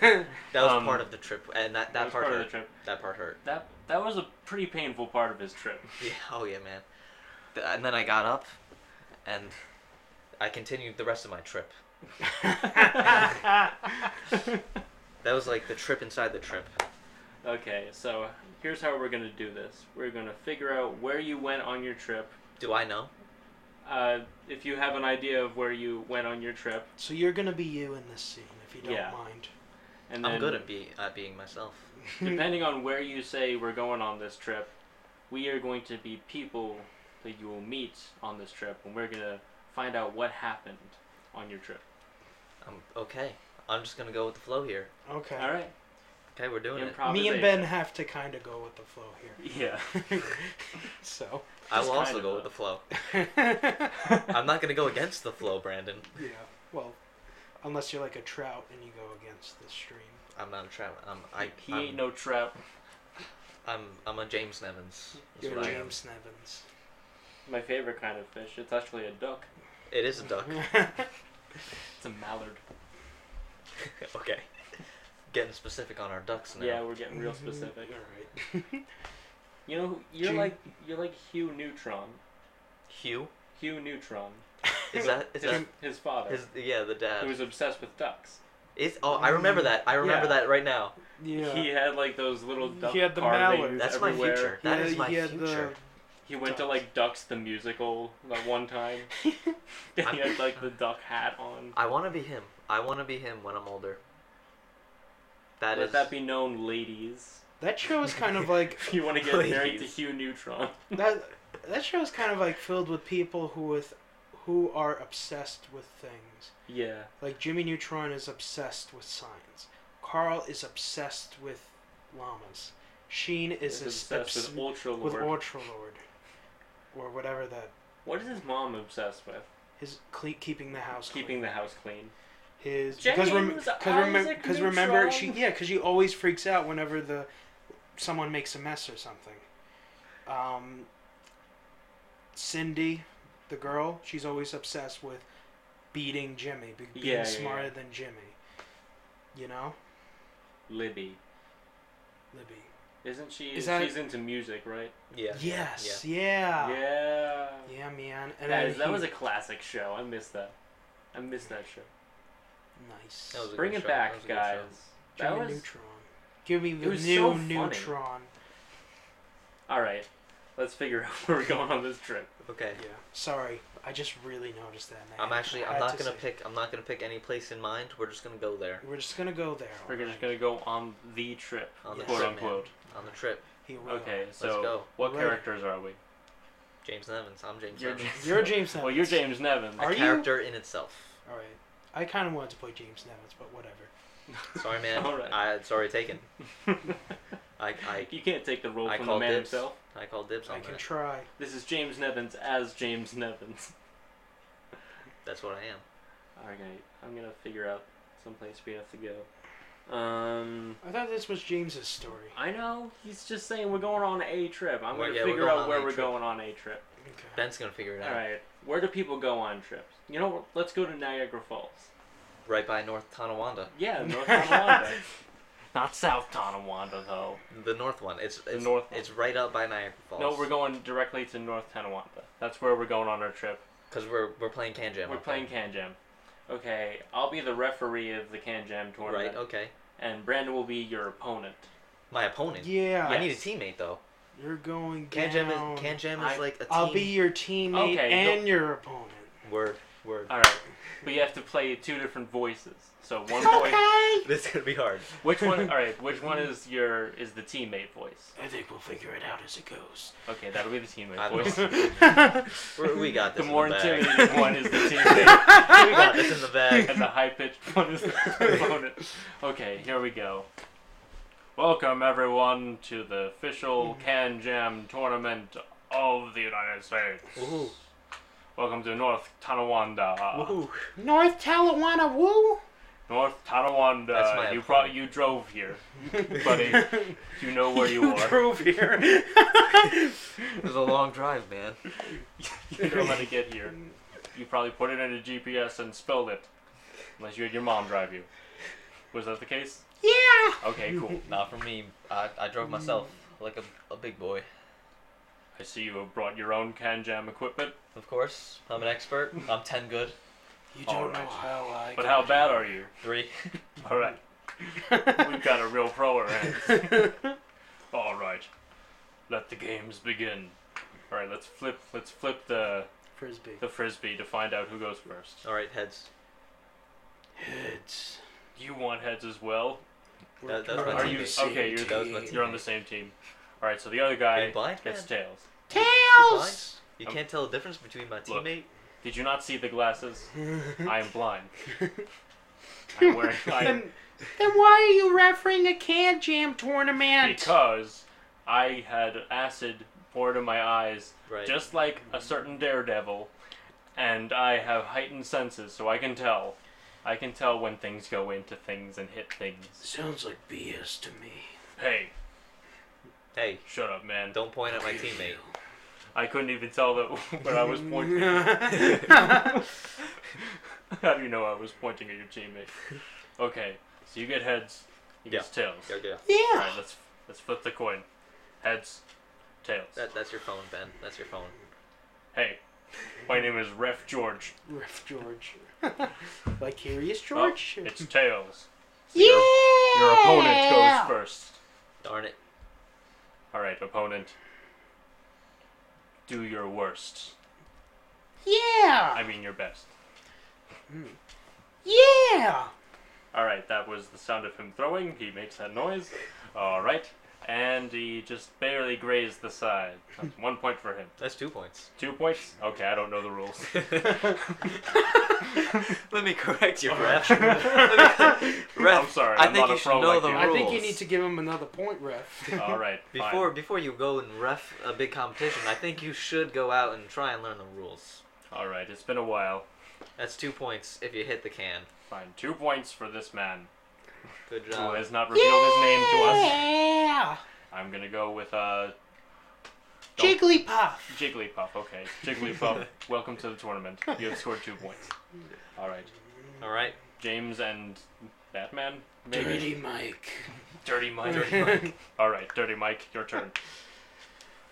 S2: That was
S3: Um,
S2: part of the trip, and that, that
S3: was
S2: part
S3: part of the
S2: hurt.
S3: trip.
S2: That part hurt.
S3: That that was a pretty painful part of his trip.
S2: Yeah, oh yeah, man. Th- And then I got up, and I continued the rest of my trip. That was like the trip inside the trip.
S3: okay, so here's how we're gonna do this. We're gonna figure out where you went on your trip.
S2: Do I know?
S3: Uh, if you have an idea of where you went on your trip,
S1: so you're gonna be you in this scene, if you don't
S3: Yeah.
S1: mind.
S3: and then
S2: I'm good at, be- at being myself.
S3: depending on where you say we're going on this trip, we are going to be people that you will meet on this trip, and we're gonna find out what happened on your trip.
S2: I'm okay. I'm just gonna go with the flow here.
S1: okay.
S3: All right,
S2: Okay, we're doing it.
S3: improvisation.
S1: Me and Ben have to kind of go with the flow here.
S3: Yeah.
S1: So.
S2: I
S3: Just
S2: will
S3: kind
S2: also
S3: of
S2: go
S3: a-
S2: with the flow.
S1: yeah.
S2: I'm not gonna go against the flow, Brandon.
S1: Well, unless you're like a trout and you go against the stream.
S2: I'm not a trap. I'm I.
S3: he
S2: I'm,
S3: ain't no trap.
S2: I'm I'm a James Nevins. That's
S1: you're
S2: what I am.
S1: James Nevins.
S3: My favorite kind of fish. It's actually a duck.
S2: It is a duck.
S3: It's a mallard.
S2: okay. Getting specific on our ducks now.
S3: Yeah, we're getting real specific.
S1: All right.
S3: You know, you're
S1: Gee.
S3: like you're like Hugh Neutron.
S2: Hugh
S3: Hugh Neutron,
S2: is that is
S3: his,
S2: that
S3: his father,
S2: his yeah the
S3: who
S2: dad.
S3: was obsessed with ducks.
S2: Is oh I remember that. I remember
S3: Yeah.
S2: that right now.
S1: Yeah.
S3: He had like those little
S1: He
S3: duck
S1: had the
S3: carvings
S1: mallard.
S2: That's my
S3: everywhere.
S2: future. That
S1: Yeah,
S2: is my
S1: he had
S2: future.
S3: He went to like Ducks the musical that one time. and he had like the duck hat on.
S2: I want to be him. I want to be him when I'm older. That
S3: Let
S2: is-
S3: that be known, ladies.
S1: That show is kind of like
S3: If you want to get married to
S2: Ladies.
S3: Hugh Neutron,
S1: that. That show is kind of like filled with people who with who are obsessed with things.
S3: yeah.
S1: Like Jimmy Neutron is obsessed with science. Carl is obsessed with llamas. Sheen is,
S3: He's
S1: is
S3: obsessed
S1: obs-
S3: with Ultra Lord.
S1: with Ultra Lord, or whatever that
S3: what is his mom obsessed with?
S1: his cle- keeping the house
S3: Keeping the house clean.
S1: clean. his because rem-
S3: James
S1: because remember
S3: Isaac
S1: because remember she
S3: Newton.
S1: yeah because she always freaks out whenever the someone makes a mess or something. Um, Cindy, the girl, she's always obsessed with beating Jimmy, be- being
S3: Yeah, yeah,
S1: smarter
S3: yeah.
S1: than Jimmy. You know,
S3: Libby.
S1: Libby.
S3: Isn't she?
S1: Is that-
S3: she's into music, right?
S2: Yeah.
S1: Yes. Yeah. Yeah,
S3: yeah.
S1: man. And
S3: That,
S1: then
S3: is, that
S1: he-
S3: was a classic show. I miss that. I miss that show.
S1: nice.
S2: That was a
S3: Bring
S2: good
S3: it
S2: show.
S3: back,
S2: That was a good
S3: guys.
S2: show.
S3: That
S1: Jimmy
S3: was
S1: Neutron. Give me the
S3: was
S1: new
S3: so funny.
S1: Neutron.
S3: all right. Let's figure out where we're going on this trip.
S2: Okay.
S1: Yeah. Sorry, I just really noticed that. and I
S2: I'm
S1: had-
S2: actually
S1: I
S2: I'm
S1: had
S2: not
S1: to
S2: gonna
S1: say-
S2: pick I'm not gonna pick any place in mind. We're just gonna go there
S1: We're just gonna go there.
S3: We're just
S1: alright?
S3: gonna go on the trip,
S2: On the
S3: quote
S2: trip, man.
S3: unquote.
S2: on the trip.
S1: Here we
S3: Okay,
S1: are.
S3: so
S2: go.
S3: what
S1: Right.
S3: characters are we?
S2: James Nevins. I'm James
S3: You're
S2: Nevins.
S1: You're James.
S3: Well, you're James Nevins.
S1: Are
S2: a
S1: you?
S2: character in itself.
S1: All right. I kind of wanted to play James Nevins, but whatever.
S2: Sorry, man.
S3: All right.
S2: I sorry taken. I I
S3: you can't take the role
S2: I
S3: from the
S2: called
S3: man
S2: dibs.
S3: himself.
S2: I call dibs on
S1: I can
S2: that.
S1: try.
S3: This is James Nevins as James Nevins.
S2: That's what I am.
S3: All right, I'm gonna figure out someplace we have to go. Um,
S1: I thought this was James's story.
S3: I know he's just saying we're going on a trip. I'm
S2: Well,
S3: gonna
S2: yeah, we're
S3: figure
S2: going
S3: out
S2: on
S3: where
S2: a
S3: we're
S2: trip.
S3: going on a trip.
S1: Okay.
S2: Ben's gonna figure it out.
S3: All right, where do people go on trips? You know, what, let's go to Niagara Falls.
S2: Right by North Tonawanda.
S3: Yeah, North Tonawanda. Not South Tonawanda though.
S2: The north one. It's it's,
S3: north one.
S2: it's right up by Niagara Falls.
S3: No, we're going directly to North Tonawanda. That's where we're going on our trip.
S2: because we're we're playing Can Jam.
S3: We're
S2: up
S3: playing
S2: there.
S3: Can Jam. Okay, I'll be the referee of the Can Jam tournament,
S2: Right. Okay.
S3: and Brandon will be your opponent.
S2: My opponent.
S1: Yeah.
S2: I need a
S3: Yes.
S2: teammate though.
S1: You're going
S2: Can Jam
S1: down.
S2: is Can Jam is
S3: I-
S2: like a team.
S1: I'll be your teammate
S3: Okay,
S1: and your opponent.
S2: Word word.
S3: All right, but you have to play two different voices. So one voice.
S2: This is gonna be hard.
S3: Which one? All right, which one is your is the teammate voice?
S1: I think we'll figure it out as it goes.
S3: Okay, that'll be the teammate
S2: I
S3: voice.
S2: don't We're, we got
S3: The
S2: this.
S3: more
S2: in the bag.
S3: intimidating one is the teammate,
S2: we got this in the bag.
S3: and the high pitched one is the opponent. Okay, here we go. Welcome everyone to the official Can Jam tournament of the United States.
S2: Woohoo.
S3: Welcome to North Tonawanda.
S2: Woohoo.
S1: North Talawana Woo.
S3: North Tonawanda.
S2: That's my
S3: you
S2: opponent.
S3: brought you drove here, buddy. you know where you, are.
S1: drove here.
S2: It was a long drive, man.
S3: you know how to get here. You probably put it in a GPS and spilled it. Unless you had your mom drive you. Was that the case?
S1: yeah.
S3: Okay, cool.
S2: Not for me. I, I drove myself like a, a big boy.
S3: I see you have brought your own can jam equipment,
S2: Of course, I'm an expert. I'm ten good.
S1: You
S3: All
S1: don't
S3: right.
S1: know how I.
S3: but
S1: got
S3: how
S1: here.
S3: bad are you?
S2: Three.
S3: Alright. We've got a real pro around. Alright. Let the games begin. Alright, let's flip let's flip the
S1: Frisbee.
S3: the frisbee to find out who goes first.
S2: All right, heads.
S1: Heads.
S3: You want heads as well?
S1: We're
S2: That- that's my
S3: Are
S1: on
S3: you
S1: the
S2: teammate.
S1: same
S3: okay, you're
S2: That was my
S1: team.
S2: teammate.
S3: you're on the same team. Alright, so the other guy
S2: Big blind man.
S3: gets tails.
S1: Tails.
S2: You
S3: Um,
S2: can't tell the difference between my
S3: Look.
S2: teammate.
S3: Did you not see the glasses? I am blind. I'm wearing I am,
S1: then why are you refereeing a can jam tournament?
S3: because I had acid poured in my eyes,
S2: Right.
S3: just like a certain daredevil, and I have heightened senses, so I can tell. I can tell when things go into things and hit things.
S1: Sounds like BS to me.
S3: Hey,
S2: hey,
S3: shut up, man!
S2: don't point at my teammate.
S3: I couldn't even tell that when I was pointing. How do you know I was pointing at your teammate? Okay, so you get heads, you get tails.
S2: Yeah, yeah.
S3: All right,
S1: yeah.
S3: let's let's flip the coin. Heads, tails.
S2: That, that's your phone, Ben. That's your phone.
S3: Hey, my name is Ref George.
S1: Riff George. Vicarious George.
S3: Oh, it's tails.
S1: yeah.
S3: Your opponent goes first.
S2: Darn it.
S3: All right, opponent. Do your worst.
S1: Yeah.
S3: I mean your best.
S1: Yeah.
S3: All right, that was the sound of him throwing. He makes that noise. All right, and he just barely grazed the side. That's one point for him.
S2: That's two points.
S3: Two points? Okay, I don't know the rules.
S2: Let me correct you, ref. Let me-
S3: I'm
S2: ref,
S3: sorry.
S2: I
S3: I'm
S2: think
S3: not
S2: you
S3: a
S2: should
S3: pro
S2: know
S3: like
S2: the
S3: you.
S1: I think you
S2: Rules.
S1: need to give him another point, ref.
S3: All right. fine.
S2: before before you go and ref a big competition, I think you should go out and try and learn the rules.
S3: All right. It's been a while.
S2: That's two points if you hit the can.
S3: Fine. Two points for this man
S2: Good
S3: who
S2: job.
S3: has not revealed his name to us.
S1: Yeah,
S3: I'm gonna go with uh, Don't-
S1: Jigglypuff.
S3: Jigglypuff. Okay, Jigglypuff. welcome to the tournament. You have scored two points. All right.
S2: All right.
S3: James and Batman. Maybe
S1: Dirty Mike.
S3: Dirty Mike.
S2: Dirty Mike.
S3: All right, Dirty Mike, your turn.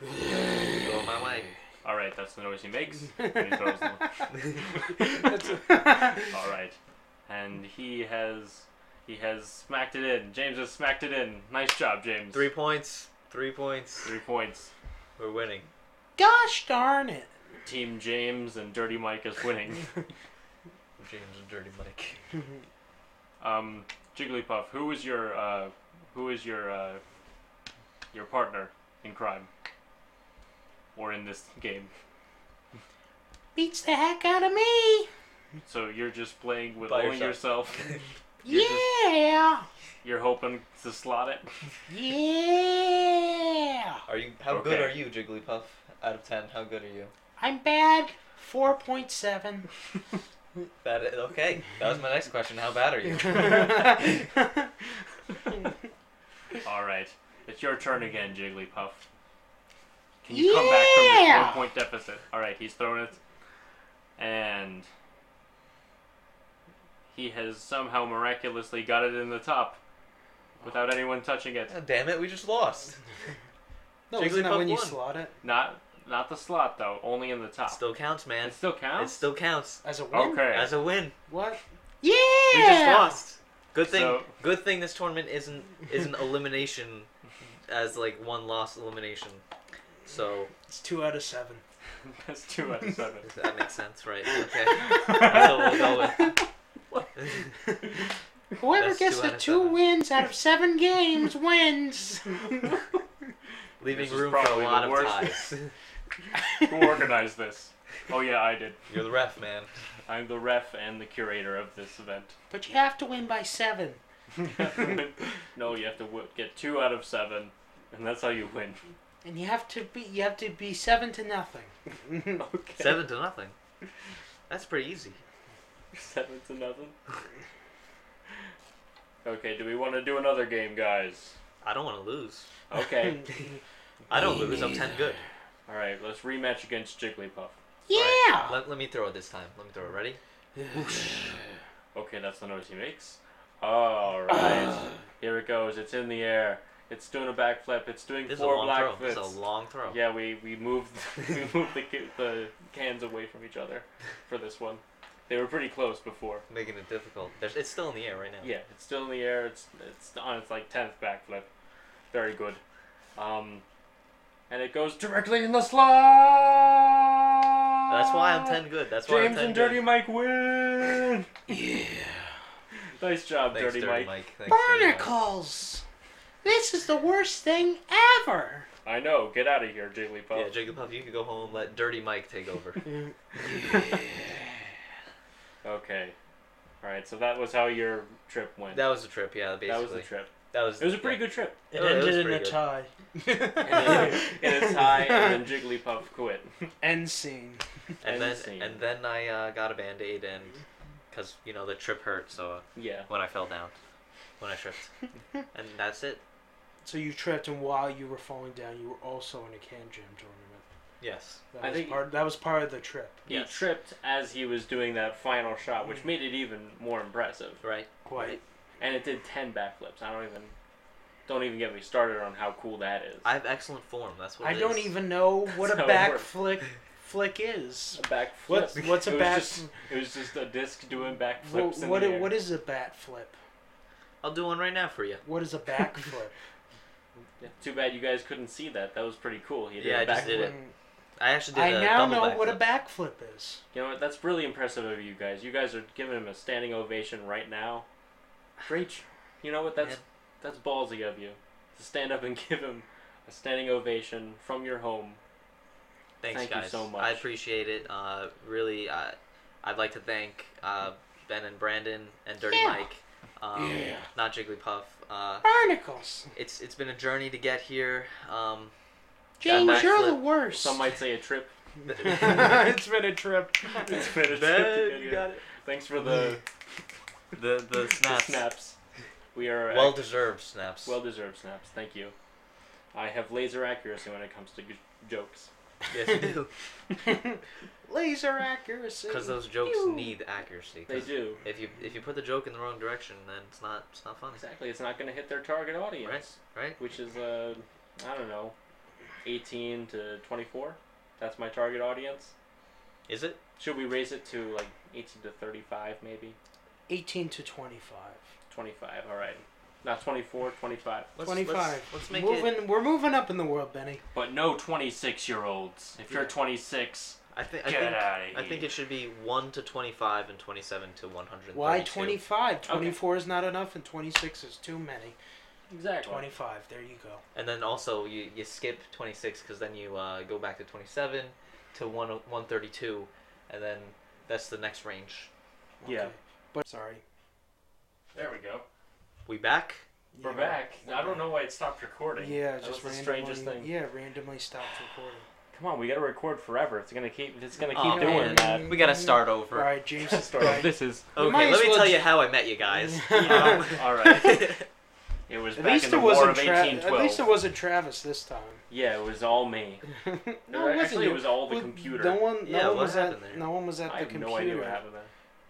S2: Go my way.
S3: All right, that's the noise he makes. when he throws them.
S1: That's a-
S3: All right, and he has he has smacked it in. James has smacked it in. Nice job, James.
S2: Three points. Three points.
S3: three points.
S2: We're winning.
S1: Gosh darn it.
S3: Team James and Dirty Mike is winning.
S2: James and Dirty Mike.
S3: Um, Jigglypuff, who is your uh, who is your uh, your partner in crime or in this game?
S1: Beats the heck out of me.
S3: So you're just playing with
S2: By
S3: only yourself. You're just-
S1: Yeah.
S3: You're hoping to slot it.
S1: Yeah.
S2: Are you? How
S3: Okay.
S2: good are you, Jigglypuff? Out of ten, how good are you?
S1: I'm bad. 4.7.
S2: That okay. That was my next question. How bad are you?
S3: All right, it's your turn again, Jigglypuff. Can you come back from this
S1: Yeah!
S3: one-point deficit? All right, he's thrown it, and he has somehow miraculously got it in the top without anyone touching it.
S2: Ah, damn it! We just lost.
S1: no, isn't that
S2: Jigglypuff
S1: when you
S2: won.
S1: slot it?
S3: Not not the slot though, only in the top.
S2: Still counts, man.
S3: it still counts.
S2: It still counts
S1: As a win?
S3: okay.
S2: as a win.
S1: What? Yeah.
S2: We just lost. Good thing.
S3: So-
S2: Good thing this tournament isn't isn't elimination, as like one loss elimination. So
S1: It's two out of seven.
S3: That's two out of seven.
S2: if that makes sense, right? Okay. That's what we'll go with.
S1: Whoever
S2: That's
S1: gets
S2: two
S1: the
S2: out of
S1: two
S2: seven.
S1: wins out of seven games wins.
S2: Leaving
S3: This is
S2: room for a
S3: probably the
S2: lot of
S3: worst.
S2: ties.
S3: Who organized this? Oh yeah, I did.
S2: You're the ref, man.
S3: I'm the ref and the curator of this event.
S1: but you have to win by seven.
S3: no, you have to w- get two out of seven, and that's how you win.
S1: And you have to be you have to be seven to nothing.
S3: Okay.
S2: Seven to nothing. That's pretty easy.
S3: Seven to nothing. Okay, do we want to do another game, guys?
S2: I don't want to lose.
S3: Okay.
S2: I don't lose. I'm ten good.
S3: All right, let's rematch against Jigglypuff.
S2: Alright,
S1: yeah.
S2: Let, let me throw it this time. Let me throw it. Ready?
S3: Okay, that's the noise he makes. All right. Here it goes. It's in the air. It's doing a backflip. It's doing
S2: This is a
S3: four
S2: long
S3: black
S2: throw. This
S3: flips.
S2: is a long throw.
S3: Yeah, we we moved we moved the ca- the cans away from each other for this one. They were pretty close before.
S2: Making it difficult. There's, it's still in the air right now.
S3: Yeah, it's still in the air. It's it's on its like tenth backflip. Very good. Um, and it goes directly in the slot.
S2: That's why I'm ten good. That's why
S3: James
S2: I'm ten
S3: and Dirty
S2: good.
S3: Mike win.
S1: yeah.
S3: nice job,
S2: Thanks,
S3: Dirty, Mike.
S2: Thanks, Dirty Mike.
S1: Barnacles. This is the worst thing ever.
S3: I know. Get out of here, Jigglypuff.
S2: Yeah, Jigglypuff, you could go home. Let Dirty Mike take over.
S3: okay. All right. So that was how your trip went.
S2: that was a trip. Yeah, basically.
S3: That was the trip.
S2: That was.
S3: It was a pretty good trip.
S1: It
S2: Oh, that was
S1: ended in
S2: pretty
S1: a
S2: good.
S1: tie.
S3: And then it's high, and then Jigglypuff quit.
S1: End scene.
S2: And then,
S3: Insane.
S2: and then I uh, got a band aid and, cause you know the trip hurt. So uh,
S3: Yeah.
S2: when I fell down, when I tripped, and that's it.
S1: So you tripped, and while you were falling down, you were also in a can jam tournament.
S2: Yes.
S1: That
S3: I
S1: was
S3: think-
S1: part. That was part of the trip.
S3: He
S2: Yes.
S3: tripped as he was doing that final shot, which made it even more impressive.
S2: Right.
S1: Quite.
S3: And it did ten backflips. I don't even, don't even get me started on how cool that is.
S2: I have excellent form. That's what.
S1: I
S2: it
S1: don't
S2: is.
S1: even know what a
S3: That's how it
S1: back
S3: works.
S1: flick flick is.
S3: a backflip.
S1: What's what's a
S3: it
S1: back?
S3: Was just, it was just a disc doing backflips.
S1: What,
S3: in
S1: what,
S3: the air.
S1: what is a bat flip?
S2: I'll do one right now for you.
S1: What is a back flip?
S3: Yeah, Too bad you guys couldn't see that. That was pretty cool. He did
S2: Yeah,
S3: a
S2: I just did
S3: backflip.
S2: it. I actually did.
S1: I
S2: a
S1: now
S2: double
S1: know what a
S2: backflip.
S1: back flip is.
S3: You know what? That's really impressive of you guys. You guys are giving him a standing ovation right now. Great. j- You know what? That's that's ballsy of you. to stand up and give him a standing ovation from your home.
S2: Thanks,
S3: Thank you
S2: guys.
S3: so much.
S2: I appreciate it. Uh, really, uh, I'd like to thank uh, Ben and Brandon and Dirty
S1: Yeah.
S2: Mike. Um,
S1: Yeah.
S2: Not Jigglypuff. Uh,
S1: Barnacles.
S2: it's it's been a journey to get here. Um,
S1: James,
S2: backflip.
S1: you're the worst.
S3: Some might say a trip.
S1: it's been a trip.
S3: It's been a trip. to get
S2: Ben, you
S3: here.
S2: got it.
S3: Thanks for the,
S2: The the
S3: the
S2: snaps.
S3: snaps. We are
S2: Well deserved snaps.
S3: well deserved snaps. Thank you. I have laser accuracy when it comes to g- jokes.
S2: yes, you do.
S1: Laser accuracy.
S2: Because those jokes
S1: Phew.
S2: need accuracy. 'cause
S3: They do.
S2: If you if you put the joke in the wrong direction, then it's not it's not funny,
S3: Exactly. It's not going to hit their target audience,
S2: right?
S3: which is uh, I don't know, 18 to 24. That's my target audience.
S2: Is it?
S3: Should we raise it to like 18 to 35 maybe?
S1: 18 to 25.
S3: 25. All right. Not 24, 25.
S2: Let's,
S1: 25.
S2: Let's, let's make
S1: moving,
S2: it.
S1: We're moving up in the world, Benny.
S3: But no 26 year olds. If you're
S2: Yeah.
S3: 26,
S2: I think I
S3: get
S2: think
S3: out of here.
S2: I think it should be one to twenty-five and twenty-seven to one hundred.
S1: Why 25? 24 is not enough, and 26 is too many.
S3: exactly.
S1: 25, there you go.
S2: And then also you, you skip twenty-six because then you uh, go back to twenty-seven to one one thirty-two, and then that's the next range.
S3: Yeah.
S1: But sorry.
S3: There we go.
S2: We back.
S3: We're
S1: Yeah.
S3: back. I don't know why it stopped recording.
S1: Yeah,
S3: that
S1: just
S3: was the
S1: randomly.
S3: strangest thing.
S1: Yeah, randomly stopped recording.
S3: Come on, we gotta record forever. It's gonna keep. It's gonna keep
S1: Oh,
S2: Aw,
S3: doing
S2: Oh, man.
S3: that.
S2: We gotta start
S1: All
S2: over.
S1: right, James is
S3: Start off.
S1: starting.
S3: This is.
S1: We
S2: Okay,
S1: might as
S2: let me
S1: well
S2: tell
S1: ju-
S2: you how I met you guys. Um,
S3: Yeah, all right. It was
S1: At
S3: back
S1: least
S3: in
S1: it
S3: the War
S1: wasn't
S3: of
S1: Tra- at
S3: 1812.
S1: least it wasn't Travis this time.
S3: yeah, it was all me.
S1: no, it wasn't
S3: Actually,
S1: you.
S3: it was all the
S1: Well,
S3: computer.
S1: No one, no
S2: Yeah,
S1: one
S2: what
S1: was at,
S2: happened there?
S1: no one was at
S3: I
S1: the
S3: have
S1: computer.
S3: no idea what happened there.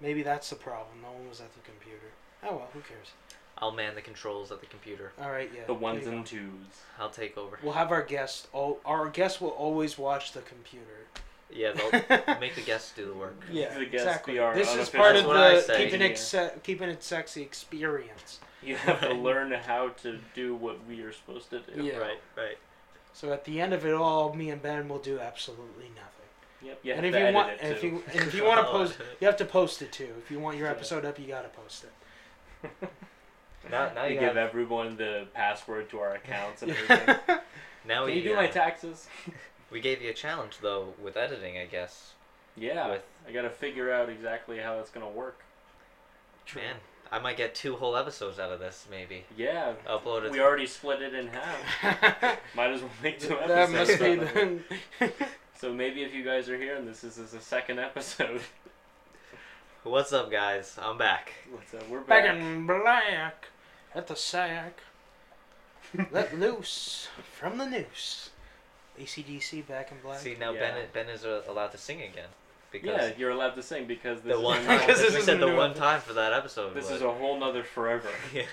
S1: Maybe that's the problem. No one was at the computer. Oh well, who cares?
S2: I'll man the controls at the computer.
S1: All right, yeah.
S3: The
S1: there
S3: ones
S1: you go.
S3: and twos.
S2: I'll take over.
S1: We'll have our guest. All our guest will always watch the computer.
S2: Yeah, they'll make the guests do the work.
S1: Yeah,
S3: The guest
S1: exactly.
S3: be our
S1: This is
S3: unofficial
S1: part of
S2: That's what I
S1: the
S2: say.
S1: keeping it se- keeping it sexy experience.
S3: You have to learn how to do what we are supposed to do.
S1: Yeah.
S2: Right, right.
S1: So at the end of it all, me and Ben will do absolutely nothing.
S3: Yep. You have
S1: and if
S3: to
S1: you
S3: edit
S1: want,
S3: it
S1: and if
S3: too.
S1: you and if you want to
S2: Oh.
S1: post, you have to post it too. If you want your
S3: Yeah.
S1: episode up, you gotta post it.
S2: Now, now
S3: I
S2: you
S3: give
S2: have.
S3: everyone the password to our accounts and everything.
S2: Now
S3: Can
S2: we
S3: you do
S2: uh,
S3: my taxes?
S2: we gave you a challenge though with editing, I guess.
S3: Yeah.
S2: With-
S3: I gotta figure out exactly how that's gonna work.
S2: Man, I might get two whole episodes out of this maybe.
S3: Yeah.
S2: Upload it.
S3: We already split it in half. Might as well make two
S1: that
S3: episodes.
S1: must be
S3: out of it.
S1: the.
S3: So maybe if you guys are here and this is, is the second episode,
S2: What's up, guys? I'm back.
S3: what's up? uh, We're back.
S1: Back in black, at the sack, let loose from the noose. ACDC back in black.
S2: See now
S3: Yeah.
S2: Ben Ben is uh, allowed to sing again
S3: yeah,
S2: because
S3: you're allowed to sing because this
S2: the
S3: is
S2: one
S3: a-
S2: time
S1: Because this
S2: we
S1: is
S2: said the
S1: new.
S2: one time for that episode.
S3: this
S2: was-
S3: is a whole nother forever.
S2: yeah.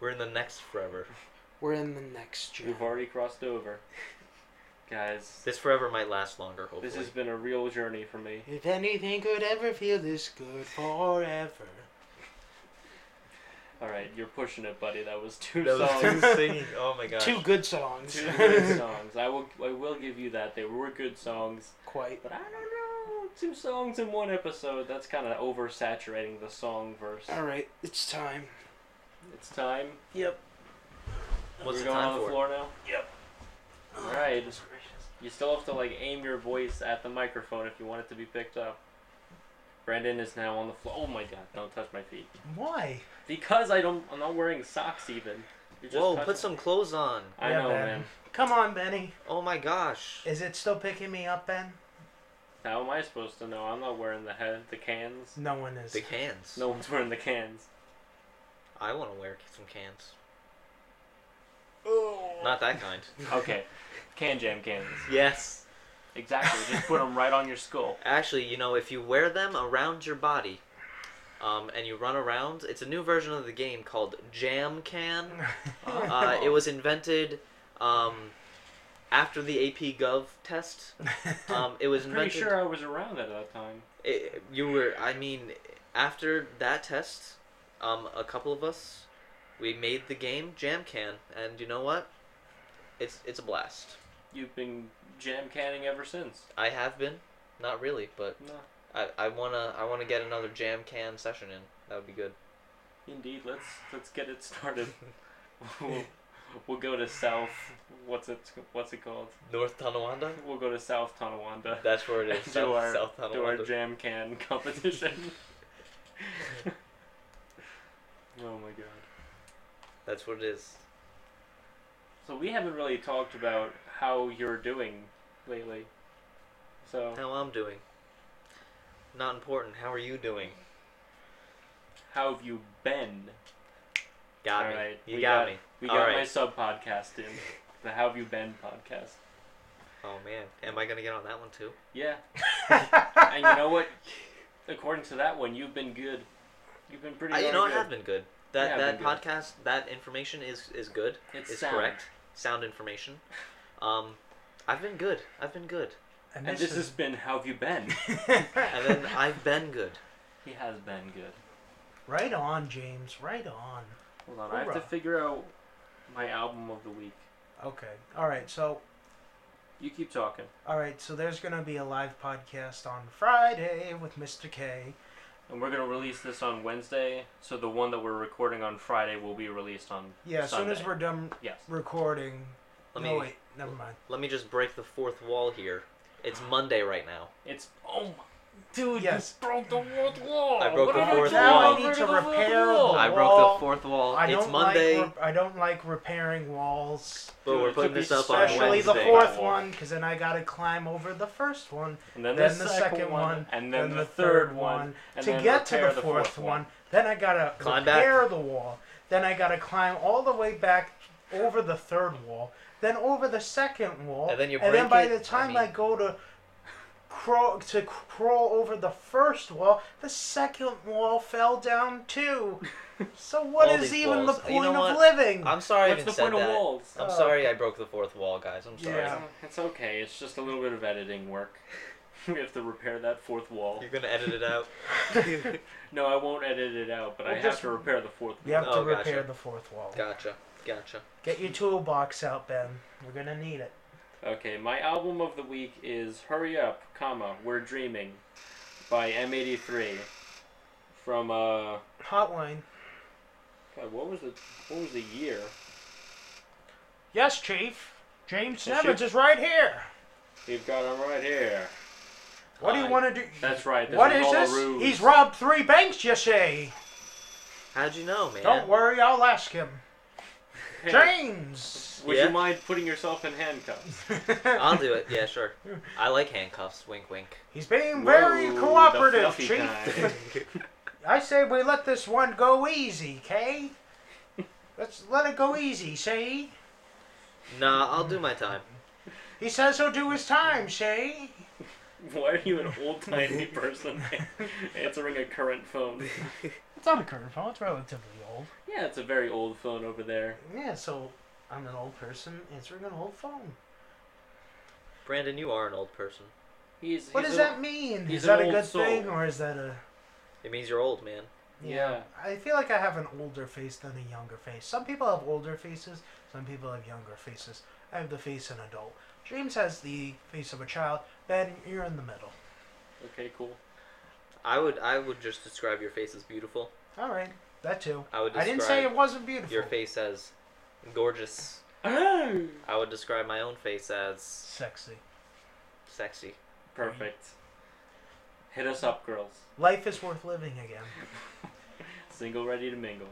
S2: We're in the next forever.
S1: We're in the next gym.
S3: We've already crossed over, guys.
S2: This forever might last longer. Hopefully.
S3: This has been a real journey for me.
S1: If anything could ever feel this good forever.
S3: All right, you're pushing it, buddy. That was two
S2: that was
S3: songs,
S2: two singing. Oh my gosh.
S1: Two good songs.
S3: two good songs. I will, I will give you that. They were good songs,
S1: Quite.
S3: but I don't know. Two songs in one episode. That's kind of oversaturating the song verse.
S1: Alright, it's time.
S3: It's time.
S1: Yep.
S2: What's
S3: we're
S2: the
S3: going
S2: time
S3: on the
S2: for?
S3: floor now.
S1: Yep.
S3: All right. You still have to like aim your voice at the microphone if you want it to be picked up. Brandon is now on the floor. Oh my god! Don't touch my feet.
S1: Why?
S3: Because I don't. I'm not wearing socks even. You're just
S2: Whoa!
S3: touching-
S2: Put some clothes on.
S3: I
S1: Yeah,
S3: know,
S1: Ben.
S3: man.
S1: Come on, Benny.
S2: Oh my gosh.
S1: Is it still picking me up, Ben?
S3: How am I supposed to know? I'm not wearing the head, the cans.
S1: No one is.
S2: The cans.
S3: No one's wearing the cans.
S2: I want to wear some cans.
S1: Oh.
S2: Not that kind.
S3: Okay, can jam cans.
S2: yes.
S3: Exactly. Just put them right on your skull.
S2: Actually, you know, if you wear them around your body, um, and you run around, it's a new version of the game called Jam Can. Uh, it was invented um, after the AP Gov test. Um, it was
S3: I'm pretty
S2: invented.
S3: sure I was around at that time.
S2: it- you were. I mean, after that test, um, a couple of us, we made the game Jam Can, and you know what? It's it's a blast.
S3: You've been jam canning ever since.
S2: I have been, not really, but
S3: No,
S2: I, I wanna I wanna get another jam can session in. That would be good.
S3: indeed. Let's let's get it started. we'll, We'll go to South. What's it? What's it called?
S2: North Tonawanda.
S3: We'll go to South Tonawanda.
S2: That's where it is.
S3: Do
S2: South,
S3: our-
S2: South
S3: do our
S2: Tonawanda.
S3: jam can competition. oh my god.
S2: That's what it is.
S3: So we haven't really talked about how you're doing lately. So
S2: How I'm doing. Not important. How are you doing?
S3: how have you been?
S2: Got
S3: All
S2: me.
S3: right,
S2: You
S3: we
S2: got,
S3: got-
S2: me.
S3: We
S2: All
S3: got my
S2: right.
S3: sub podcast in the How Have You Been podcast.
S2: Oh man, am I gonna get on that one too?
S3: Yeah. and you know what? According to that one, you've been good. You've been pretty.
S2: I, you
S3: darn
S2: know,
S3: good.
S2: it has been good. That
S3: Yeah,
S2: that
S3: been good.
S2: podcast, that information is is good.
S3: It's
S2: is
S3: sound.
S2: correct. Sound information. Um, I've been good. I've been good.
S3: And this has been How Have You Been?
S2: And then I've been good.
S3: he has been good.
S1: right on, James. Right on.
S3: Hold on, I have to
S1: Hoorah.
S3: figure out my album of the week.
S1: Okay. All right. So,
S3: You keep talking.
S1: all right. So there's gonna be a live podcast on Friday with Mr. K.
S3: And we're gonna release this on Wednesday, so the one that we're recording on Friday will be released on
S1: Yeah. As soon as
S3: Sunday.
S1: we're done
S3: yes.
S1: recording.
S2: Let
S1: no
S2: me
S1: wait. Never mind.
S2: let me just break the fourth wall here. It's Monday right now.
S3: It's oh my dude,
S1: Yes.
S3: you broke the fourth wall.
S2: I broke
S3: What
S2: the
S3: did
S2: fourth
S3: do?
S2: wall. Now I
S3: broke
S1: need to
S3: the fourth
S1: repair
S3: wall.
S1: the
S2: I
S1: wall.
S2: broke the fourth wall.
S1: I don't
S2: it's Monday,
S1: Like re- I don't like repairing walls,
S2: but
S3: Dude,
S2: we're
S3: it
S2: putting
S3: could be
S2: this up on
S3: special.
S1: especially
S2: Wednesday.
S1: the
S3: Wednesday.
S1: fourth one, because then I gotta climb over the first one,
S3: And then,
S1: then
S3: the,
S1: the
S3: second,
S1: second
S3: one,
S1: one,
S3: and then,
S1: then
S3: the
S1: the
S3: third
S1: third
S3: one,
S1: one,
S3: and
S1: to
S3: then
S1: get to
S3: repair
S1: the fourth one. Then I gotta
S2: Climb back.
S1: repair the wall. Then I gotta climb all the way back over the third wall, then over the second wall,
S2: And then you break
S1: by
S2: it,
S1: the
S2: I
S1: time I,
S2: mean-
S1: go to crawl to crawl over the first wall, the second wall fell down too. So what
S2: All
S1: is
S2: these
S1: even
S2: walls.
S1: the
S2: You
S1: point
S2: know
S1: of
S2: what?
S1: living?
S2: I'm sorry I
S3: What's
S2: even
S3: the
S2: said
S3: point of
S2: that.
S3: walls?
S2: I'm
S1: Oh.
S2: sorry I broke the fourth wall, guys. I'm sorry.
S1: Yeah.
S3: It's okay. It's just a little bit of editing work. we have to repair that fourth wall.
S2: You're gonna edit it out.
S3: No, I won't edit it out, but I
S1: We'll
S3: have
S1: just-
S3: to repair the fourth
S1: You
S3: wall.
S1: have to
S2: Oh, gotcha.
S1: repair the fourth wall.
S2: gotcha. Gotcha.
S1: Get your toolbox out, Ben. We're gonna need it.
S3: Okay, my album of the week is "Hurry Up, comma We're Dreaming" by M83 from uh.
S1: Hotline.
S3: God, what was the what was the year?
S1: Yes, Chief. James
S3: Yes,
S1: Nevins
S3: Chief.
S1: is right here.
S3: We've got him right here.
S1: What do you
S2: Hi.
S1: want to do?
S3: That's right. This
S1: What
S3: was
S1: is
S3: all a
S1: this?
S3: ruse.
S1: He's robbed three banks, you say?
S2: How'd you know, man?
S1: Don't worry, I'll ask him.
S3: Hey,
S1: James!
S3: Would
S2: Yeah.
S3: you mind putting yourself in handcuffs?
S2: I'll do it. Yeah, sure. I like handcuffs. Wink, wink.
S1: He's being
S3: Whoa,
S1: very
S3: the
S1: cooperative,
S3: fluffy
S1: Chief.
S3: kind.
S1: I say we let this one go easy, Kay? Let's let it go easy, see?
S2: Nah, I'll do my time.
S1: He says he'll do his time, see?
S3: Why are you an old timey person answering a current phone?
S1: It's not a current phone, it's relatively old.
S3: Yeah, it's a very old phone over there.
S1: Yeah, so I'm an old person answering an old phone.
S2: Brandon, you are an old person.
S3: He's
S1: What
S3: he's
S1: does
S3: an-
S1: that mean?
S3: he's
S1: Is that a
S3: an old
S1: good
S3: soul.
S1: thing or is that a
S2: It means you're old, man.
S3: Yeah.
S1: I feel like I have an older face than a younger face. Some people have older faces, some people have younger faces. I have the face of an adult. James has the face of a child. Ben, you're in the middle.
S3: Okay, cool.
S2: I would, I would just describe your face as beautiful.
S1: All right, that too.
S2: I would
S1: I
S2: describe
S1: didn't say it wasn't beautiful.
S2: your face as gorgeous.
S1: Oh!
S2: I would describe my own face as
S1: Sexy.
S2: sexy.
S3: Perfect. Hit us up, girls.
S1: Life is worth living again.
S3: Single, ready to mingle.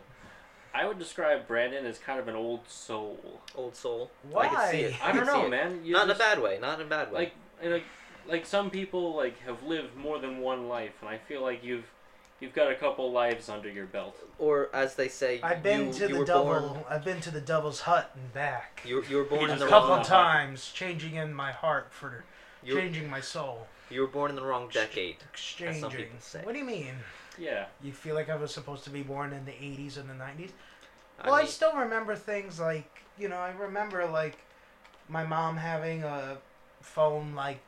S3: I would describe Brandon as kind of an old soul.
S2: Old soul. I
S1: Why?
S2: can see it.
S3: I
S2: can
S3: don't
S2: see
S3: know,
S2: it.
S3: man. You
S2: Not in a
S3: just-
S2: bad way. Not in a bad way.
S3: like and like like some people like have lived more than one life and i feel like you've you've got a couple lives under your belt
S2: or as they say,
S1: I've been
S2: you,
S1: to
S2: you
S1: the
S2: were
S1: devil.
S2: born.
S1: I've been to the devil's hut and back.
S2: You, you were born in
S3: just
S2: the
S1: a
S3: got
S2: wrong.
S1: couple
S3: wrong-
S1: times, changing in my heart for
S2: You, were-
S1: changing my soul.
S2: you were born in the wrong decade.
S1: Exchanging.
S2: people say.
S1: What do you mean?
S3: yeah
S1: You feel like I was supposed to be born in the 80s and the 90s?
S2: I
S1: Well, I
S2: mean,
S1: still remember things like you know, I remember like my mom having a phone like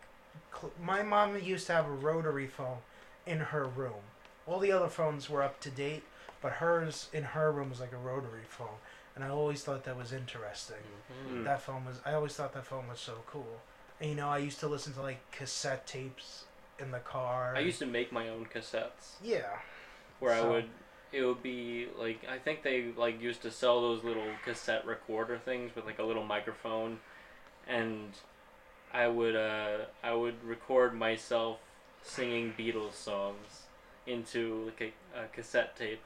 S1: cl- my mom used to have a rotary phone in her room. All the other phones were up to date, but hers in her room was like a rotary phone, and I always thought that was interesting.
S2: mhm.
S1: That phone was I always thought that phone was so cool. And you know, I used to listen to like cassette tapes in the car.
S3: i used to make my own cassettes
S1: yeah.
S3: where i
S1: So-
S3: would it would be like I think they like used to sell those little cassette recorder things with like a little microphone, and I would uh, I would record myself singing Beatles songs into like a, a cassette tape,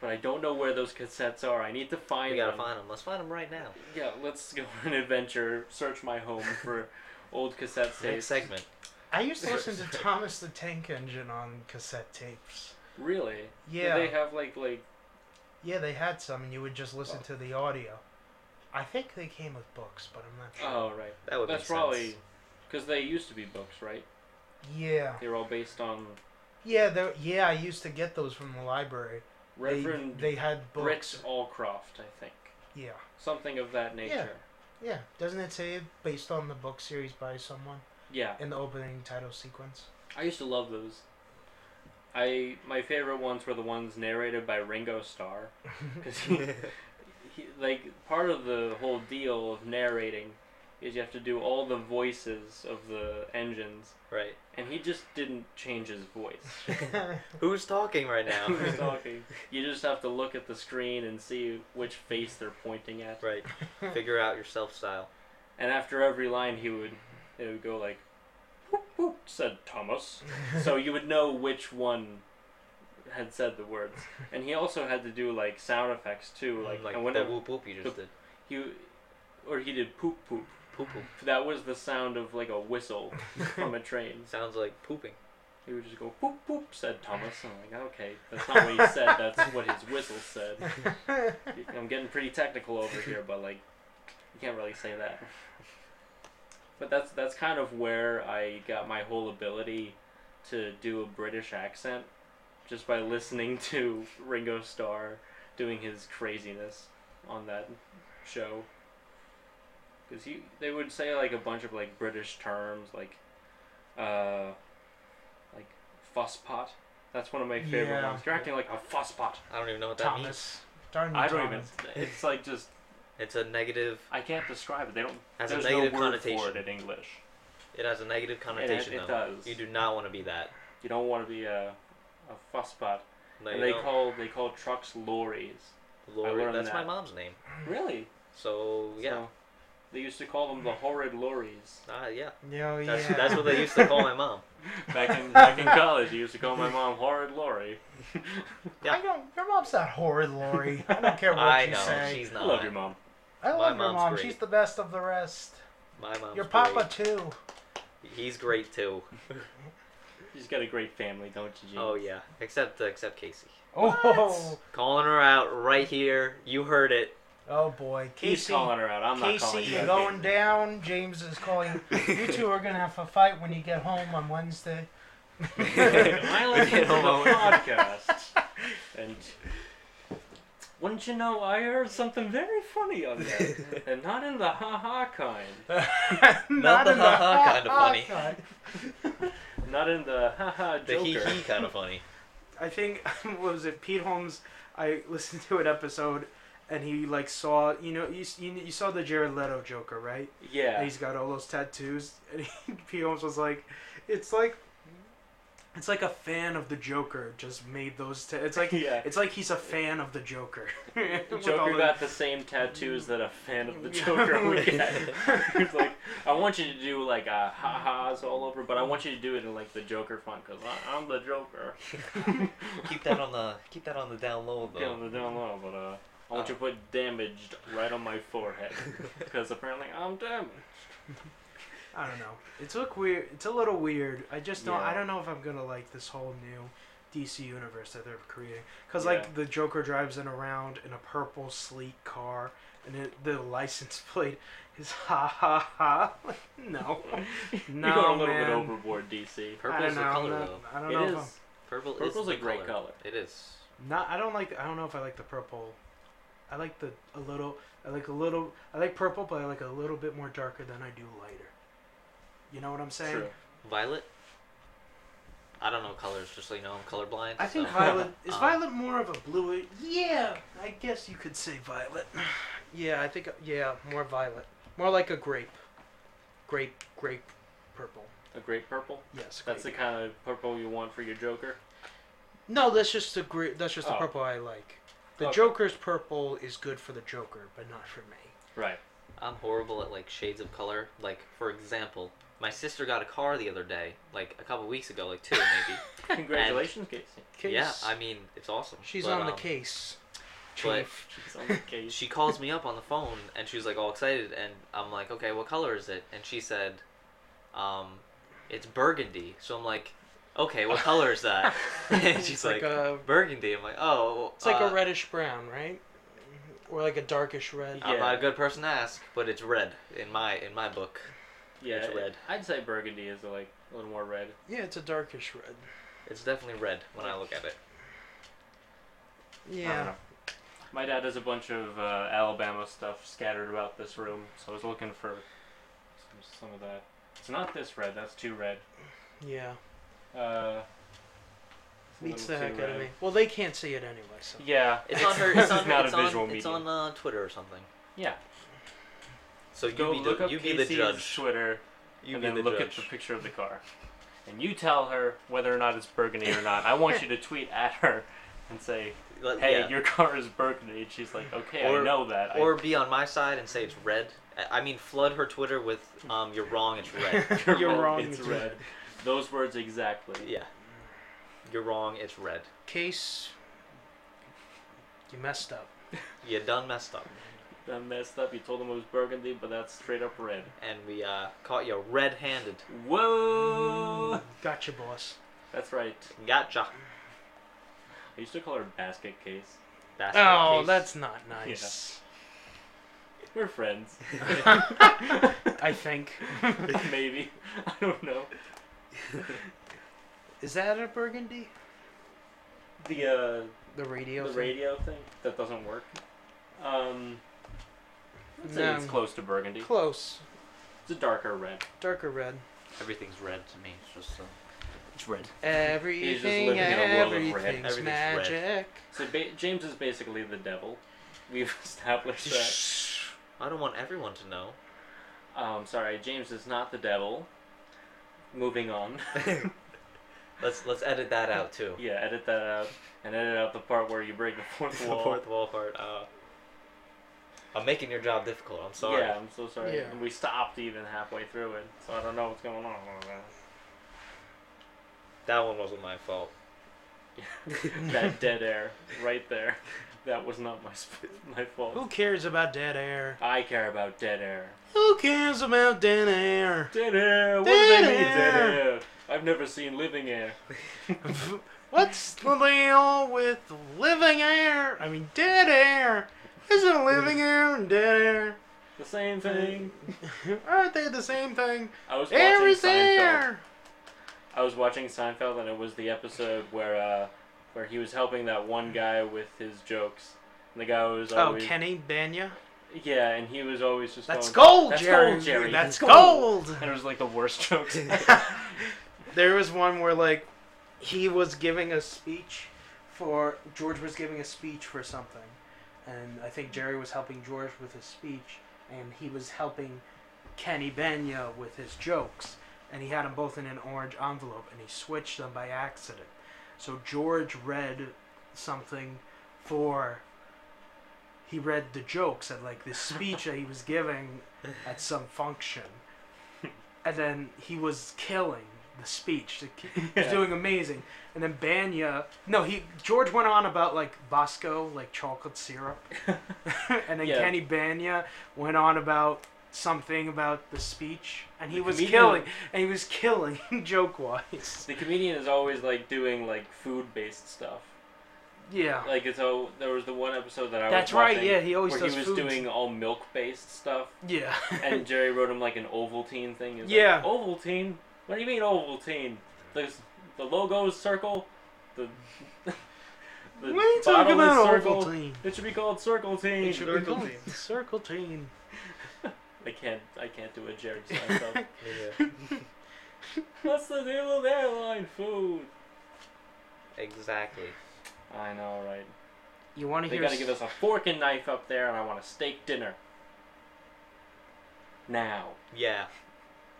S3: but I don't know where those cassettes are. I need to find
S2: We gotta
S3: them.
S2: find them. Let's find them right now.
S3: Yeah, let's go on an adventure. Search my home for old cassette
S2: Next
S3: tapes.
S2: segment.
S4: I used to listen to Thomas the Tank Engine on cassette tapes.
S3: Really?
S4: Yeah,
S3: Do they have like like
S4: yeah, they had some, and you would just
S2: Oh.
S4: listen to the audio. I think they came with books, but I'm not sure.
S3: oh right.
S2: That would
S3: That's
S2: make
S3: probably
S2: sense.
S3: because they used to be books, right?
S4: Yeah,
S3: They were all based on
S4: yeah, they're- yeah. I used to get those from the library. They-
S3: Reverend
S4: they, had
S3: Britt
S4: books.
S3: Allcroft, I think,
S4: Yeah,
S3: something of that nature.
S4: yeah. Doesn't it say based on the book series by someone
S3: Yeah.
S4: in the opening title sequence?
S3: I used to love those. I my favorite ones were the ones narrated by Ringo Starr, 'Cause he, he, like part of the whole deal of narrating is you have to do all the voices of the engines,
S2: Right.
S3: and he just didn't change his voice.
S2: Who's talking right now?
S3: Who's talking? You just have to look at the screen and see which face they're pointing at.
S2: right. Figure out your self style.
S3: And after every line, he would it would go like, whoop, whoop, said Thomas. so you would know which one had said the words. And he also had to do like sound effects too, like,
S2: Mm, Like
S3: and when
S2: that whoop whoop you just
S3: Whoop.
S2: did.
S3: he or he did poop poop.
S2: Poop poop.
S3: That was the sound of like a whistle from a train.
S2: Sounds like pooping.
S3: He would just go poop poop said Thomas. I'm like, okay, that's not what he said. That's what his whistle said. I'm getting pretty technical over here, but like, you can't really say that. But that's that's kind of where I got my whole ability to do a British accent, just by listening to Ringo Starr doing his craziness on that show. Because he, they would say like a bunch of like British terms, like, uh, like fusspot. That's one of my favorite
S4: Yeah.
S3: ones. You're acting like a fusspot.
S2: I don't even know what that means.
S4: Thomas. Darn you,
S3: I don't even.
S4: Thomas.
S3: It's like just
S2: It's a negative.
S3: I can't describe it. They don't.
S2: Has a
S3: there's
S2: negative
S3: no word for
S2: connotation.
S3: it in English.
S2: It has a negative connotation
S3: it, it
S2: though.
S3: does.
S2: You do not want to be that.
S3: You don't want to be a, a fusspot.
S2: No,
S3: and
S2: you
S3: they
S2: don't.
S3: call they call trucks lorries.
S2: Lorry-
S3: I learned
S2: That's my
S3: that.
S2: mom's name.
S3: Really?
S2: So yeah,
S3: So, they used to call them the horrid lorries.
S2: Ah, yeah.
S4: No, yeah.
S2: That's, that's what they used to call my mom.
S3: Back in back in college, they used to call my mom horrid lorry.
S2: Yeah.
S4: I don't. Your mom's not horrid, Lori. I don't care what
S2: I
S4: you
S2: know
S4: say.
S2: she's
S3: I
S2: not.
S3: love your mom.
S4: I
S2: My
S4: love your
S2: mom's
S4: mom.
S2: great.
S4: She's the best of the rest.
S2: My mom's
S4: your papa
S2: great.
S4: too.
S2: He's great too.
S3: She's got a great family, don't you, Gene?
S2: Oh yeah, except uh, except Casey.
S4: Oh,
S2: Calling her out right here. You heard it.
S4: oh boy,
S3: He's
S4: Casey.
S3: calling her out. I'm not
S4: Casey,
S3: calling you.
S4: you're
S3: out,
S4: going
S3: Gene.
S4: down. James is calling. You two are gonna have a fight when you get home on Wednesday.
S3: I listen to the
S2: Hello.
S3: podcast. And wouldn't you know, I heard something very funny on there. and not in the ha ha kind.
S2: Not the
S4: in
S2: haha kind of
S4: ha-ha
S2: funny.
S4: kind.
S3: Not in the ha ha
S2: The hee
S3: joker.
S2: hee kind of funny.
S1: I think what was it Pete Holmes? I listened to an episode, and he like saw you know you you, you saw the Jared Leto Joker right? And
S3: Yeah.
S1: he's got all those tattoos, and he, Pete Holmes was like, it's like. It's like a fan of the Joker just made those. Ta- it's like
S3: Yeah.
S1: it's like he's a fan of the Joker.
S3: The
S1: With all
S3: Joker
S1: the-
S3: got the same tattoos that a fan of the Joker would get. He's like, I want you to do like a ha ha's all over, but I want you to do it in like the Joker font because I'm the Joker.
S2: Keep that on the keep that on the down low
S3: Get
S2: though.
S3: on the down low, but uh, I want you to put damaged right on my forehead because apparently I'm damaged.
S1: I don't know. It's look weird. It's a little weird. I just don't.
S3: Yeah.
S1: I don't know if I'm gonna like this whole new DC universe that they're creating. Cause
S3: Yeah.
S1: like the Joker drives in around in a purple sleek car, and it, the license plate is ha ha ha. Like, no, no
S3: you go a little
S1: man.
S3: bit overboard, DC.
S1: I
S2: Purple's
S1: don't
S2: the
S1: know.
S2: color
S1: I'm not-
S2: though.
S1: I don't
S3: It
S1: know. If
S3: is.
S2: Purple is
S3: Purple's
S2: the
S3: a great color.
S2: It is.
S1: I'm not. I don't like. I don't know if I like the purple. I like the a little. I like a little. I like purple, but I like a little bit more darker than I do lighter. You know what I'm saying?
S3: True.
S2: Violet. I don't know colors, just so you know I'm colorblind.
S1: I think
S2: so-
S1: Violet is
S2: Um,
S1: Violet more of a bluey. Yeah, I guess you could say Violet. Yeah, I think yeah, more Violet, more like a grape, grape, grape, purple.
S3: A great purple.
S1: Yes,
S3: That's the kind of purple you want for your Joker.
S1: No, that's just the gr- that's just the
S3: Oh.
S1: purple I like. The
S3: Okay.
S1: Joker's purple is good for the Joker, but not for me.
S3: Right.
S2: I'm horrible at like shades of color. Like for example, my sister got a car the other day, like a couple weeks ago, like two maybe.
S3: Congratulations, Casey.
S1: Case.
S2: Yeah, I mean it's awesome.
S1: she's
S2: But,
S1: on the
S2: um,
S1: case.
S2: but-
S1: Chief.
S3: She's on the case.
S2: She calls me up on the phone and she's like all excited, and I'm like, okay, what color is it? And she said, um, it's burgundy. So I'm like, okay, what color is that? and she's
S1: It's
S2: like,
S1: like a-
S2: burgundy. I'm like, oh,
S1: It's like
S2: uh,
S1: a reddish brown, right? Or like a darkish red.
S2: I'm
S3: Yeah.
S2: not a good person to ask, but it's red in my in my book.
S3: Yeah,
S2: It's red.
S3: I'd say burgundy is like a little more red.
S1: Yeah, it's a darkish red.
S2: It's definitely red when I look at it.
S1: Yeah.
S3: My dad has a bunch of uh, Alabama stuff scattered about this room, so I was looking for some, some of that. It's not this red. That's too red.
S1: Yeah.
S3: Uh, it's a
S1: Beats the
S3: little
S1: heck
S3: too
S1: out of
S3: red.
S1: me. Well, they can't see it anyway, so.
S3: Yeah,
S2: It's on her. It's
S3: This is
S2: on,
S3: not
S2: it's
S3: a visual
S2: on,
S3: medium.
S2: It's on uh, Twitter or something.
S3: yeah,
S2: So you
S3: go
S2: be
S3: look
S2: the,
S3: up
S2: you be
S3: Casey's
S2: the judge.
S3: Twitter,
S2: You
S3: and
S2: be
S3: then
S2: the
S3: look
S2: judge.
S3: at the picture of the car, and you tell her whether or not it's burgundy or not. I want you to tweet at her and say,
S2: Let-
S3: "Hey,
S2: yeah.
S3: your car is burgundy." And she's like, "Okay,
S2: Or-
S3: I know that." I-
S2: or be on my side and say it's red. I- I mean, flood her Twitter with um, "You're wrong, it's red."
S3: you're,
S1: You're wrong,
S3: It's
S1: it's
S3: red. Those words exactly.
S2: yeah, you're wrong, it's red.
S1: Case, you messed up.
S2: You done messed up,
S3: I messed up. You told him it was burgundy, but that's straight up red.
S2: and we uh, caught you red-handed.
S3: Whoa!
S1: Gotcha, boss.
S3: Mm-hmm. That's right.
S2: Gotcha.
S3: I used to call her basket case.
S2: That's
S1: Oh,
S2: the case.
S1: that's not nice.
S3: We're friends.
S1: I think.
S3: Maybe. I don't know.
S1: Is that a burgundy?
S3: The uh,
S1: The radio.
S3: the
S1: thing?
S3: radio thing that doesn't work. Um, I'd say
S1: No.
S3: it's close to burgundy.
S1: Close.
S3: It's a darker red.
S1: Darker red.
S2: everything's red to me. It's just uh, it's red.
S1: Everything,
S3: living in a world of red.
S1: everything's
S2: Everything's red.
S1: magic.
S3: So ba- James is basically the devil. We've established that.
S2: Shh. I don't want everyone to know.
S3: Um, sorry, James is not the devil. Moving on.
S2: let's let's edit that out too.
S3: Yeah, edit that out, and edit out the part where you break the fourth
S2: The
S3: wall.
S2: fourth wall part. Uh, I'm making your job difficult. I'm sorry.
S3: Yeah, I'm so sorry.
S1: Yeah.
S3: And we stopped even halfway through it, so I don't know what's going on. with
S2: That one wasn't my fault.
S3: That, that dead air right there. That was not my sp-
S1: Who
S3: my fault.
S1: cares about dead air?
S3: I care about dead air.
S1: Who cares about dead air?
S3: Dead air. What
S1: Dead
S3: do they mean, dead
S1: air!
S3: air? I've never seen living air.
S1: What's the deal with living air? I mean, dead air. Isn't living air and dead air?
S3: The same thing.
S1: Aren't they the same thing?
S3: I was
S1: Air
S3: watching
S1: is
S3: Seinfeld.
S1: air.
S3: I was watching Seinfeld, and it was the episode where uh, where he was helping that one guy with his jokes. And the guy was
S1: Oh,
S3: always
S1: Kenny Banya.
S3: yeah, and he was always just
S1: That's
S3: going,
S1: gold,
S3: That's
S1: Jerry.
S3: gold, Jerry.
S1: That's
S3: That's
S1: gold.
S3: And it was like the worst jokes.
S1: There was one where like he was giving a speech for George was giving a speech for something, and I think Jerry was helping George with his speech, and he was helping Kenny Benya with his jokes, and he had them both in an orange envelope, and he switched them by accident. So George read something for. He read the jokes at like this speech that he was giving at some function, and then he was killing the speech. The ki- He was
S3: Yeah.
S1: doing amazing, and then Banya. No, he George went on about like Bosco, like chocolate syrup, and then
S3: Yeah.
S1: Kenny Banya went on about something about the speech, and he
S3: The
S1: was
S3: comedian-
S1: killing, and he was killing joke wise.
S3: the comedian is always like doing like food based stuff.
S1: Yeah,
S3: Like it's oh there was the one episode that I
S1: that's
S3: was watching
S1: right. Yeah, he always
S3: where
S1: does
S3: he was
S1: foods.
S3: doing all milk based stuff,
S1: Yeah,
S3: and Jerry wrote him like an Ovaltine thing. He was
S1: Yeah.
S3: Like, Ovaltine? What do you mean Ovaltine? The the logo is circle. The the
S1: what are you
S3: bottle
S1: talking about?
S3: is circle.
S1: Ovaltine?
S3: It should be called Circle Team.
S1: It should be called Circle Teen.
S3: I can't. I can't do a Jerry Seinfeld.
S2: Yeah.
S3: What's the deal with airline food?
S2: Exactly.
S3: I know, right?
S1: You want to
S3: They
S1: hear?
S3: gotta
S1: s-
S3: give us a fork and knife up there, and I want a steak dinner. Now.
S2: Yeah.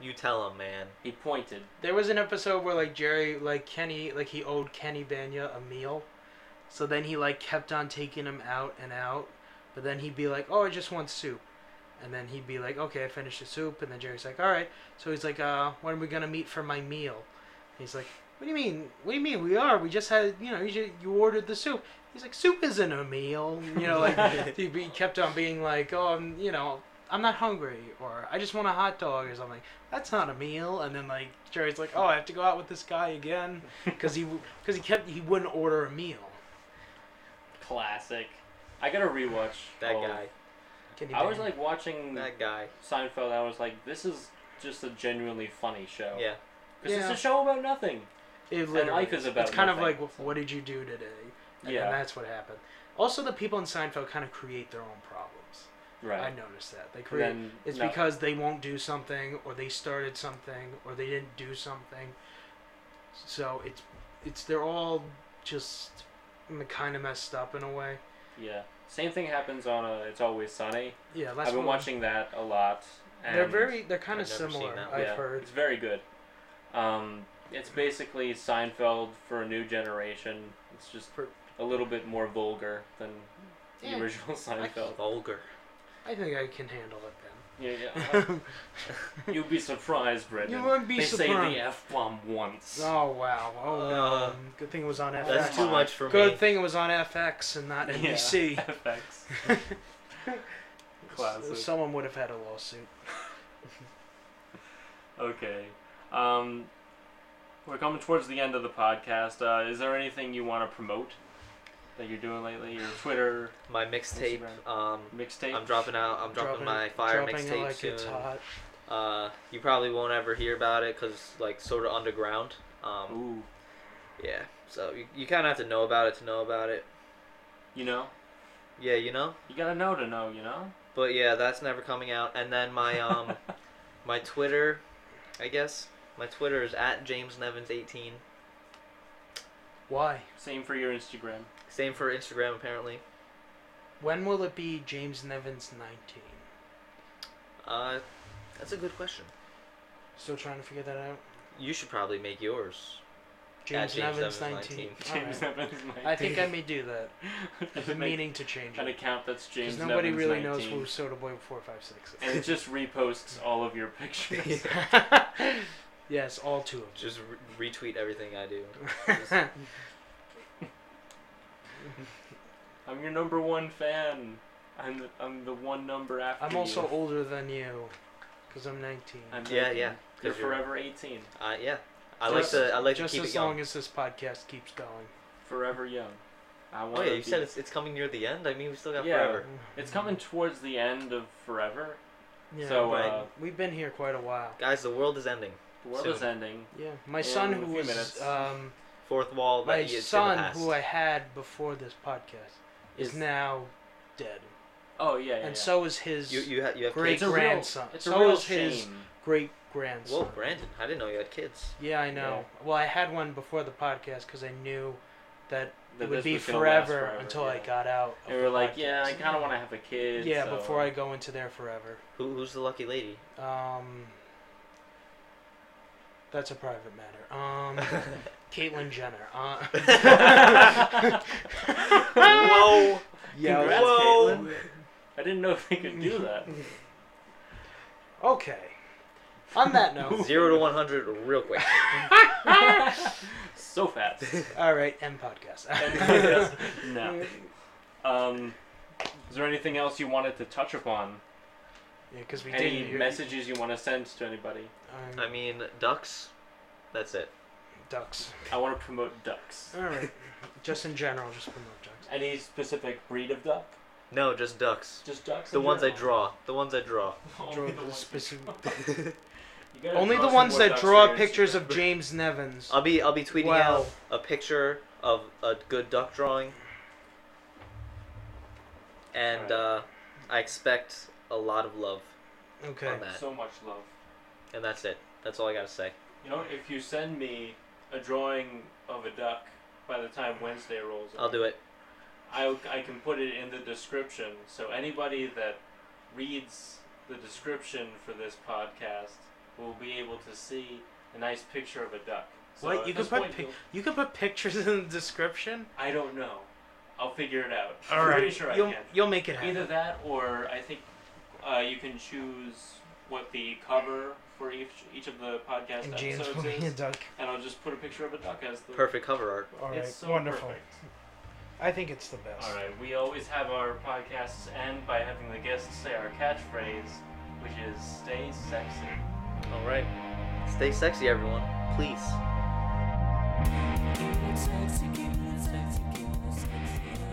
S2: You tell him, man.
S3: He pointed.
S1: There was an episode where like Jerry, like Kenny, like he owed Kenny Banya a meal, so then he like kept on taking him out and out, but then he'd be like, "Oh, I just want soup," and then he'd be like, "Okay, I finished the soup," and then Jerry's like, "All right," so he's like, "Uh, when are we gonna meet for my meal?" He's like, "What do you mean? What do you mean we are? We just had, you know, you, ju- you ordered the soup." He's like, "Soup isn't a meal," you know, like he be, kept on being like, "Oh, I'm, you know, I'm not hungry," or "I just want a hot dog," or something. That's not a meal. And then like Jerry's like, "Oh, I have to go out with this guy again," because he because he kept he wouldn't order a meal.
S3: Classic. I gotta rewatch.
S2: That
S3: all of-
S2: guy.
S1: Can
S3: I was like watching
S2: That guy.
S3: Seinfeld. I was like, this is just a genuinely funny show.
S2: Yeah.
S3: Because
S4: Yeah.
S3: it's a show about nothing.
S1: it
S3: and
S1: literally
S3: life is about
S1: It's kind of like,
S3: nothing.
S1: "Wh- "What did you do today?" And then
S3: yeah.
S1: that's what happened. Also, the people in Seinfeld kind of create their own problems. I
S3: Right.
S1: noticed that they create.
S3: Then
S1: It's
S3: no-
S1: because they won't do something, or they started something, or they didn't do something. So it's it's they're all just kind of messed up in a way.
S3: Yeah. Same thing happens on uh It's Always Sunny.
S1: Yeah, that's
S3: I've been
S1: what-
S3: watching that a lot. And
S1: They're very they're kind of
S2: I've never seen
S1: similar.
S2: that
S1: I've
S3: yeah,
S1: heard.
S3: It's very good. Um, it's basically Seinfeld for a new generation. It's just
S1: For-
S3: a little bit more vulgar than the
S1: Yeah.
S3: original Seinfeld.
S2: Vulgar.
S1: I think I can handle it then.
S3: Yeah, yeah. You'd be surprised, Brendan.
S1: You wouldn't be
S3: they say
S1: surprised.
S3: the f bomb once.
S1: oh wow! Oh
S2: Uh,
S1: no! Good thing it was on FX.
S2: That's too
S3: fine.
S2: much for
S1: Good
S2: me.
S1: thing it was on FX and not
S3: Yeah.
S1: NBC.
S3: FX. Classic.
S1: Someone would have had a lawsuit.
S3: Okay. Um, we're coming towards the end of the podcast. Uh, is there anything you want to promote that you're doing lately? Your Twitter
S2: My mixtape.
S3: Instagram.
S2: Um,
S3: mixtape?
S2: I'm dropping out. I'm dropping, my fire
S1: dropping it
S2: mixtape
S1: like
S2: soon.
S1: It's hot.
S2: Uh, you probably won't ever hear about it because like sort of underground. Um,
S3: Ooh.
S2: yeah. So you, you kind of have to know about it to know about it.
S3: You know?
S2: Yeah, you know.
S3: You gotta know to know, you know?
S2: But yeah, that's never coming out. And then my um, my Twitter, I guess my Twitter is at James Nevins eighteen.
S1: Why?
S3: Same for your Instagram.
S2: Same for Instagram apparently.
S1: When will it be James Nevins 19?
S2: Uh, that's a good question.
S1: Still trying to figure that out.
S2: You should probably make yours.
S1: James,
S2: James
S1: Nevins
S2: Nevins
S1: 19.
S2: 19.
S1: All
S3: James
S1: right.
S3: Evans 19.
S1: I think I may do that. I've
S3: Just
S1: been
S3: make
S1: meaning to change
S3: an
S1: it.
S3: account that's James
S1: Because nobody
S3: Nevins
S1: really
S3: 19.
S1: knows who Soda Boy 456 is.
S3: And it just reposts all of your pictures.
S1: yes, all two of them.
S2: Just re- retweet everything I do.
S3: I'm your number one fan. I'm the, I'm the one number after
S1: I'm
S3: you.
S1: also older than you, because I'm 19.
S3: I'm
S2: Yeah,
S3: 19.
S2: yeah.
S3: You're
S2: 'cause you're-
S3: forever 18.
S2: Uh, yeah. I
S1: Just-
S2: like to. I like to
S1: just
S2: keep
S1: as
S2: it going.
S1: long as this podcast keeps going.
S3: Forever young. I want
S2: Oh yeah,
S3: to
S2: you said it's, it's coming near the end. I mean, we still got
S3: Yeah.
S2: forever.
S3: It's coming towards the end of forever.
S1: Yeah,
S3: so
S2: right.
S3: uh,
S1: we've been here quite a while.
S2: Guys, the world is ending.
S3: the world
S2: Soon.
S3: is ending.
S1: Yeah, my
S3: In
S1: son
S3: a
S1: who
S3: few
S1: was
S3: minutes.
S1: um,
S2: Fourth wall.
S1: my
S2: that is in the
S1: son
S2: past.
S1: who I had before this podcast is
S3: Is-
S1: now dead,
S3: Oh yeah. yeah
S1: and
S3: yeah.
S1: so is his
S2: You you have you have
S1: Great
S2: kids.
S3: it's a real-
S1: grandson.
S3: It's
S1: So
S3: a real
S1: is his-
S3: shame.
S1: great grandson.
S2: Whoa, Brandon! I didn't know you had kids.
S1: Yeah, I know. Well, I had one before the podcast because I knew that
S3: that
S1: it would
S3: this
S1: be
S3: was gonna last
S1: forever, until I
S3: yeah.
S1: got out. of
S3: And we
S1: the
S3: were like,
S1: podcast.
S3: yeah, I kind of want to have a kid.
S1: yeah,
S3: so- uh,
S1: before I go into there forever.
S2: Who who's the lucky lady?
S1: Um, that's a private matter. Um, Caitlyn Jenner. Uh,
S2: Whoa!
S1: yeah.
S3: Congrats,
S2: Whoa.
S3: Caitlin. I didn't know if they could do that.
S1: Okay. On that note,
S2: Zero to one hundred real quick.
S3: so fast.
S1: all right, end podcast.
S3: no. Um, is there anything else you wanted to touch upon?
S1: Yeah, because we
S3: Any
S1: didn't.
S3: messages you want to send to anybody?
S1: Um,
S2: I mean, ducks. That's it.
S1: ducks.
S3: I want to promote ducks.
S1: All right. just in general, just promote ducks.
S3: Any specific breed of duck?
S2: No, just ducks.
S3: Just ducks.
S2: The
S3: in
S2: ones I
S3: general?
S2: draw. The ones I draw.
S1: Draw
S3: Only the
S1: the
S3: ones-
S1: specific-
S3: you gotta
S1: Only
S3: draw
S1: the
S3: some
S1: ones
S3: more
S1: that
S3: ducks
S1: draw
S3: for your
S1: pictures
S3: Instagram.
S1: of James Nevins.
S2: I'll be I'll be tweeting
S1: Wow.
S2: out a picture of a good duck drawing, and
S3: Alright.
S2: uh, I expect a lot of love
S1: Okay.
S2: on that.
S3: So much love.
S2: And that's it. That's all I gotta say.
S3: You know, if you send me a drawing of a duck by the time Wednesday rolls,
S2: I'll do it.
S3: I, I can put it in the description. So anybody that reads the description for this podcast we'll be able to see a nice picture of a duck. So
S1: What?
S3: at
S1: You
S3: this
S1: could put
S3: point,
S1: pic-
S3: you'll-
S1: You can put pictures in the description.
S3: I don't know. I'll figure it out.
S1: All
S3: I'm
S1: right.
S3: pretty sure I
S1: you'll
S3: can.
S1: you'll make it happen.
S3: Either that, or I think uh, you can choose what the cover for each each of the podcast
S4: And James will
S3: episodes
S4: be a
S3: is,
S4: duck.
S3: and I'll just put a picture of a duck as the
S2: Perfect cover art.
S4: All right,
S3: It's so
S4: wonderful.
S3: perfect.
S4: I think it's the best.
S3: All right, we always have our podcasts end by having the guests say our catchphrase, which is "Stay sexy."
S2: All right. Stay sexy, everyone. Please.
S5: Keep it sexy, keep it sexy, keep it sexy.